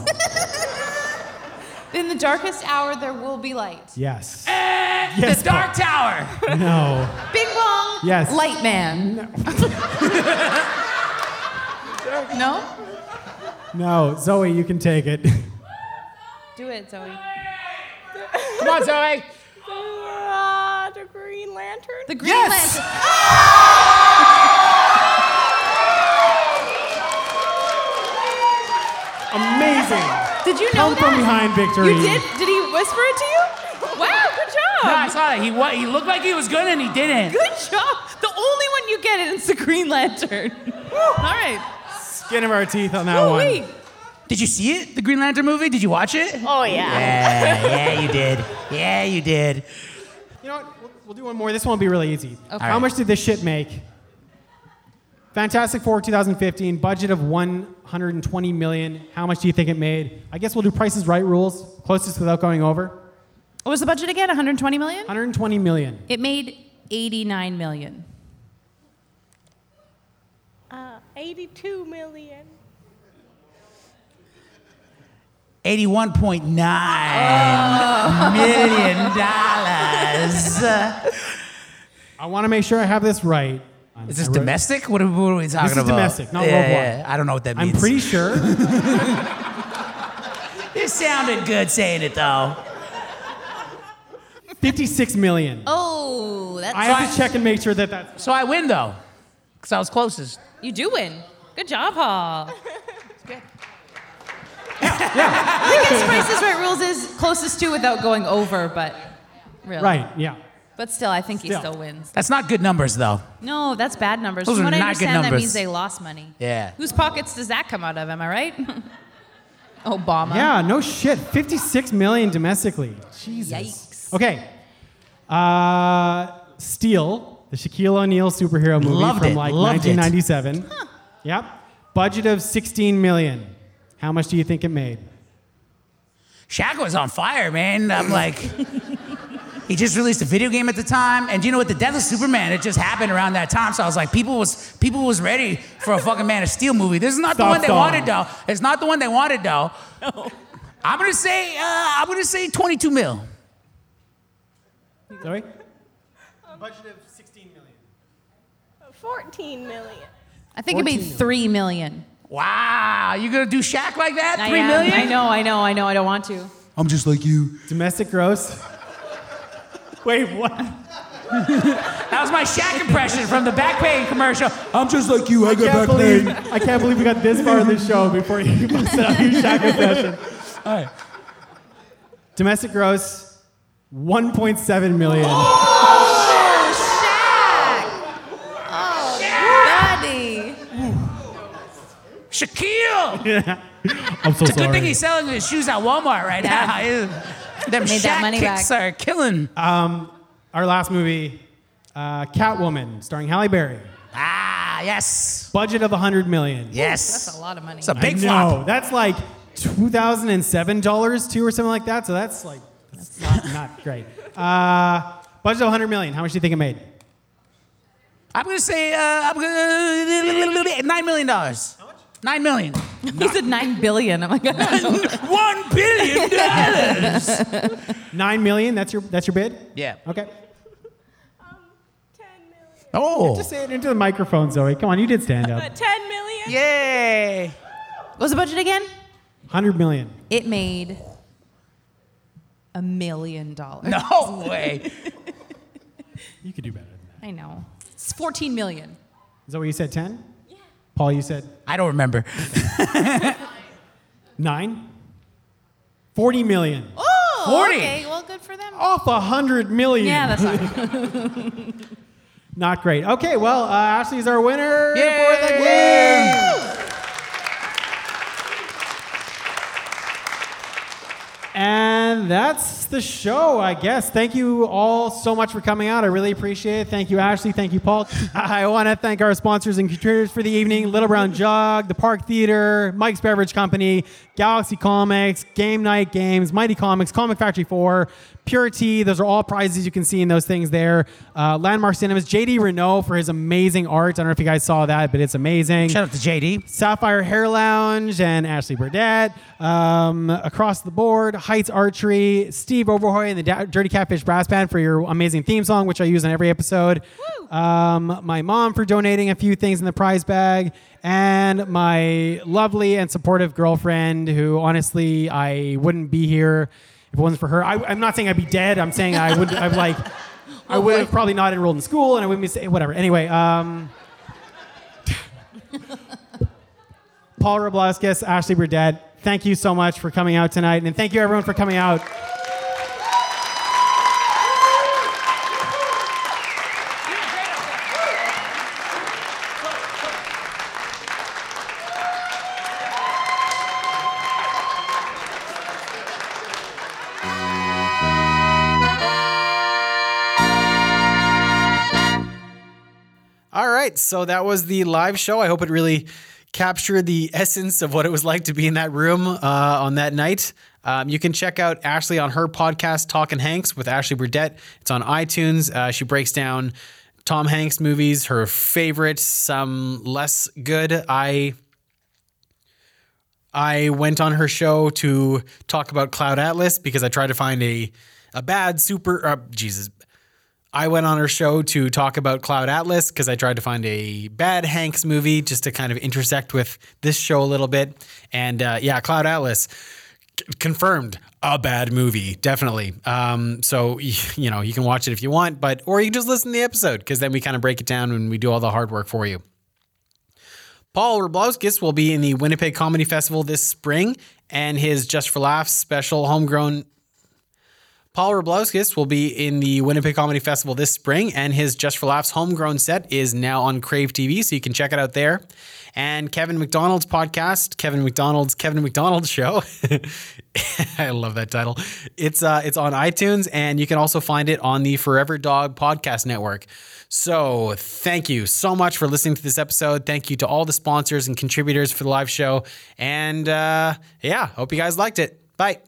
Speaker 3: In the darkest hour, there will be light.
Speaker 1: yes.
Speaker 4: Eh,
Speaker 1: Yes,
Speaker 4: the Dark Tower.
Speaker 1: No.
Speaker 3: Bing bong.
Speaker 1: Yes.
Speaker 3: Light man. no?
Speaker 1: No. Zoe, you can take it.
Speaker 3: Do it, Zoe.
Speaker 4: Come on, Zoe.
Speaker 8: Uh, the Green Lantern?
Speaker 3: The Green
Speaker 4: Yes!
Speaker 3: Lantern.
Speaker 1: Amazing.
Speaker 3: Did you
Speaker 1: Come
Speaker 3: know that?
Speaker 1: from behind, Victory.
Speaker 3: You did? Did he whisper it to you? Wow, good
Speaker 4: No,
Speaker 3: job.
Speaker 4: I saw that. He wa- he looked like he was good and he didn't.
Speaker 3: Good job. The only one you get is the Green Lantern. All right.
Speaker 1: Skin of our teeth on that one.
Speaker 3: Woo-wee.
Speaker 4: Did you see it? The Green Lantern movie? Did you watch it?
Speaker 8: Oh, yeah.
Speaker 4: Yeah, yeah, you did. Yeah, you did.
Speaker 1: You know what? We'll, we'll do one more. This one will be really easy.
Speaker 3: Okay.
Speaker 1: How much did this shit make? Fantastic Four 2015, budget of 120 million. How much do you think it made? I guess we'll do prices right rules, closest without going over.
Speaker 3: What was the budget again? 120 million?
Speaker 1: 120 million.
Speaker 3: It made 89 million.
Speaker 8: Uh, 82 million.
Speaker 4: 81.9 million dollars.
Speaker 1: I want to make sure I have this right.
Speaker 4: Is this
Speaker 1: I wrote-
Speaker 4: domestic? What are, what are we talking
Speaker 1: is
Speaker 4: about?
Speaker 1: domestic, not
Speaker 4: yeah,
Speaker 1: worldwide.
Speaker 4: yeah, I don't know what that
Speaker 1: I'm
Speaker 4: means.
Speaker 1: pretty sure.
Speaker 4: It sounded good saying it though.
Speaker 1: 56 million.
Speaker 3: Oh, that's
Speaker 1: I have to check and make sure that that's.
Speaker 4: So I win though, because I was closest.
Speaker 3: You do win. Good job, Paul. I guess Price is Right rules is closest to without going over, but really.
Speaker 1: Right, yeah.
Speaker 3: But still, I think he still wins.
Speaker 4: That's not good numbers, though.
Speaker 3: No, that's bad numbers.
Speaker 4: Those
Speaker 3: From
Speaker 4: are
Speaker 3: what I
Speaker 4: not good
Speaker 3: understand, that
Speaker 4: numbers.
Speaker 3: means they lost money.
Speaker 4: Yeah.
Speaker 3: Whose pockets does that come out of? Am I right? Obama.
Speaker 1: Yeah, no shit. 56 million domestically.
Speaker 3: Yikes.
Speaker 1: Okay. Uh, Steel, the Shaquille O'Neal superhero movie
Speaker 4: Loved
Speaker 1: from
Speaker 4: it,
Speaker 1: like
Speaker 4: loved it.
Speaker 1: 1997. Yep. Budget of 16 million. How much do you think it made?
Speaker 4: Shaq was on fire, man. I'm like, he just released a video game at the time, and you know what? The death of Superman it just happened around that time, so I was like, people was people was ready for a fucking Man of Steel movie. This is not
Speaker 1: Stop,
Speaker 4: the one they
Speaker 1: stop.
Speaker 4: wanted, though. It's not the one they wanted, though. I'm gonna say, uh, I'm gonna say 22 mil.
Speaker 1: Sorry?
Speaker 8: Budget of 16 million. 14 million.
Speaker 3: I think it made
Speaker 4: 14
Speaker 3: three million.
Speaker 4: Wow, you gonna do Shaq like that?
Speaker 3: I
Speaker 4: Three
Speaker 3: am.
Speaker 4: million?
Speaker 3: I know, I know, I know. I don't want to.
Speaker 1: I'm just like you. Domestic gross. Wait, what?
Speaker 4: That was my Shaq impression from the back pain commercial. Um, I'm just like you. I, got
Speaker 1: Can't believe, I can't believe we got this far in the show before you busted out your Shaq impression.
Speaker 4: All right.
Speaker 1: Domestic gross, 1.7 million.
Speaker 3: Oh, daddy.
Speaker 4: Shaquille.
Speaker 1: I'm so
Speaker 4: it's a good
Speaker 1: sorry.
Speaker 4: thing he's selling his shoes at Walmart right now. Them
Speaker 3: Made
Speaker 4: Shaq
Speaker 3: that money
Speaker 4: kicks
Speaker 3: back.
Speaker 4: are killing.
Speaker 1: Um, our last movie, uh, Catwoman, starring Halle Berry.
Speaker 4: Ah, yes.
Speaker 1: Budget of 100 million.
Speaker 4: Yes.
Speaker 3: That's a lot of money.
Speaker 4: It's a big
Speaker 1: I
Speaker 4: flop.
Speaker 1: know. That's like 2007 dollars too, or something like that. So that's like that's not, not great. Uh, budget of 100 million. How much do you think it made?
Speaker 4: I'm gonna say uh, I'm gonna nine million dollars. How much? Nine million.
Speaker 3: He said nine billion. Oh I'm like,
Speaker 4: One billion dollars.
Speaker 1: Nine million. That's your that's your bid.
Speaker 4: Yeah.
Speaker 1: Okay.
Speaker 4: Oh.
Speaker 1: Just say it into the microphone, Zoe. Come on, you did stand up.
Speaker 8: Uh, 10 million.
Speaker 4: Yay.
Speaker 3: What was the budget again?
Speaker 1: 100 million.
Speaker 3: It made a million dollars.
Speaker 4: No way.
Speaker 1: You could do better.
Speaker 3: I know. It's 14 million.
Speaker 1: Zoe, you said 10? Yeah. Paul, you said
Speaker 4: I don't remember.
Speaker 1: nine? 40 million.
Speaker 3: Oh,
Speaker 1: 40.
Speaker 3: okay. Well, good for them.
Speaker 1: Off 100 million.
Speaker 3: Yeah, that's not.
Speaker 1: Not great. Okay, well, uh, Ashley's our winner for the
Speaker 4: Yay!
Speaker 1: game. And that's the show, I guess. Thank you all so much for coming out. I really appreciate it. Thank you, Ashley. Thank you, Paul. I want to thank our sponsors and contributors for the evening Little Brown Jug, the Park Theater, Mike's Beverage Company, Galaxy Comics, Game Night Games, Mighty Comics, Comic Factory 4, Purity. Those are all prizes you can see in those things there. Uh, Landmark Cinemas, JD Renault for his amazing art. I don't know if you guys saw that, but it's amazing.
Speaker 4: Shout out to JD.
Speaker 1: Sapphire Hair Lounge and Ashley Burdett. Um, across the board, Heights Archery, Steve Overhoy and the Da- Dirty Catfish Brass Band for your amazing theme song, which I use on every episode. Um, my mom for donating a few things in the prize bag, and my lovely and supportive girlfriend, who honestly I wouldn't be here if it wasn't for her. I, I'm not saying I'd be dead. I'm saying I would. I'm like. I would have probably not enrolled in school, and I wouldn't be saying whatever. Anyway, um, Paul Roblaskis, Ashley Burdett, thank you so much for coming out tonight, and thank you everyone for coming out.
Speaker 15: All right, so that was the live show. I hope it really captured the essence of what it was like to be in that room uh, on that night. Um, you can check out Ashley on her podcast, Talkin' Hanks, with Ashley Burdett. It's on iTunes. Uh, she breaks down Tom Hanks movies, her favorites, some less good. I I went on her show to talk about Cloud Atlas because I tried to find a a bad super uh, Jesus. I went on her show to talk about Cloud Atlas because I tried to find a bad Hanks movie just to kind of intersect with this show a little bit. And uh, yeah, Cloud Atlas c- confirmed a bad movie, definitely. Um, so you know you can watch it if you want, but or you can just listen to the episode because then we kind of break it down and we do all the hard work for you. Paul Roblauskis will be in the Winnipeg Comedy Festival this spring, and his Just for Laughs special, Homegrown Paul Roblauskis will be in the Winnipeg Comedy Festival this spring, and his Just for Laughs homegrown set is now on Crave TV, so you can check it out there. And Kevin McDonald's podcast, Kevin McDonald's Kevin McDonald Show. I love that title. It's uh, it's on iTunes, and you can also find it on the Forever Dog Podcast Network. So, thank you so much for listening to this episode. Thank you to all the sponsors and contributors for the live show. And uh, yeah, hope you guys liked it. Bye.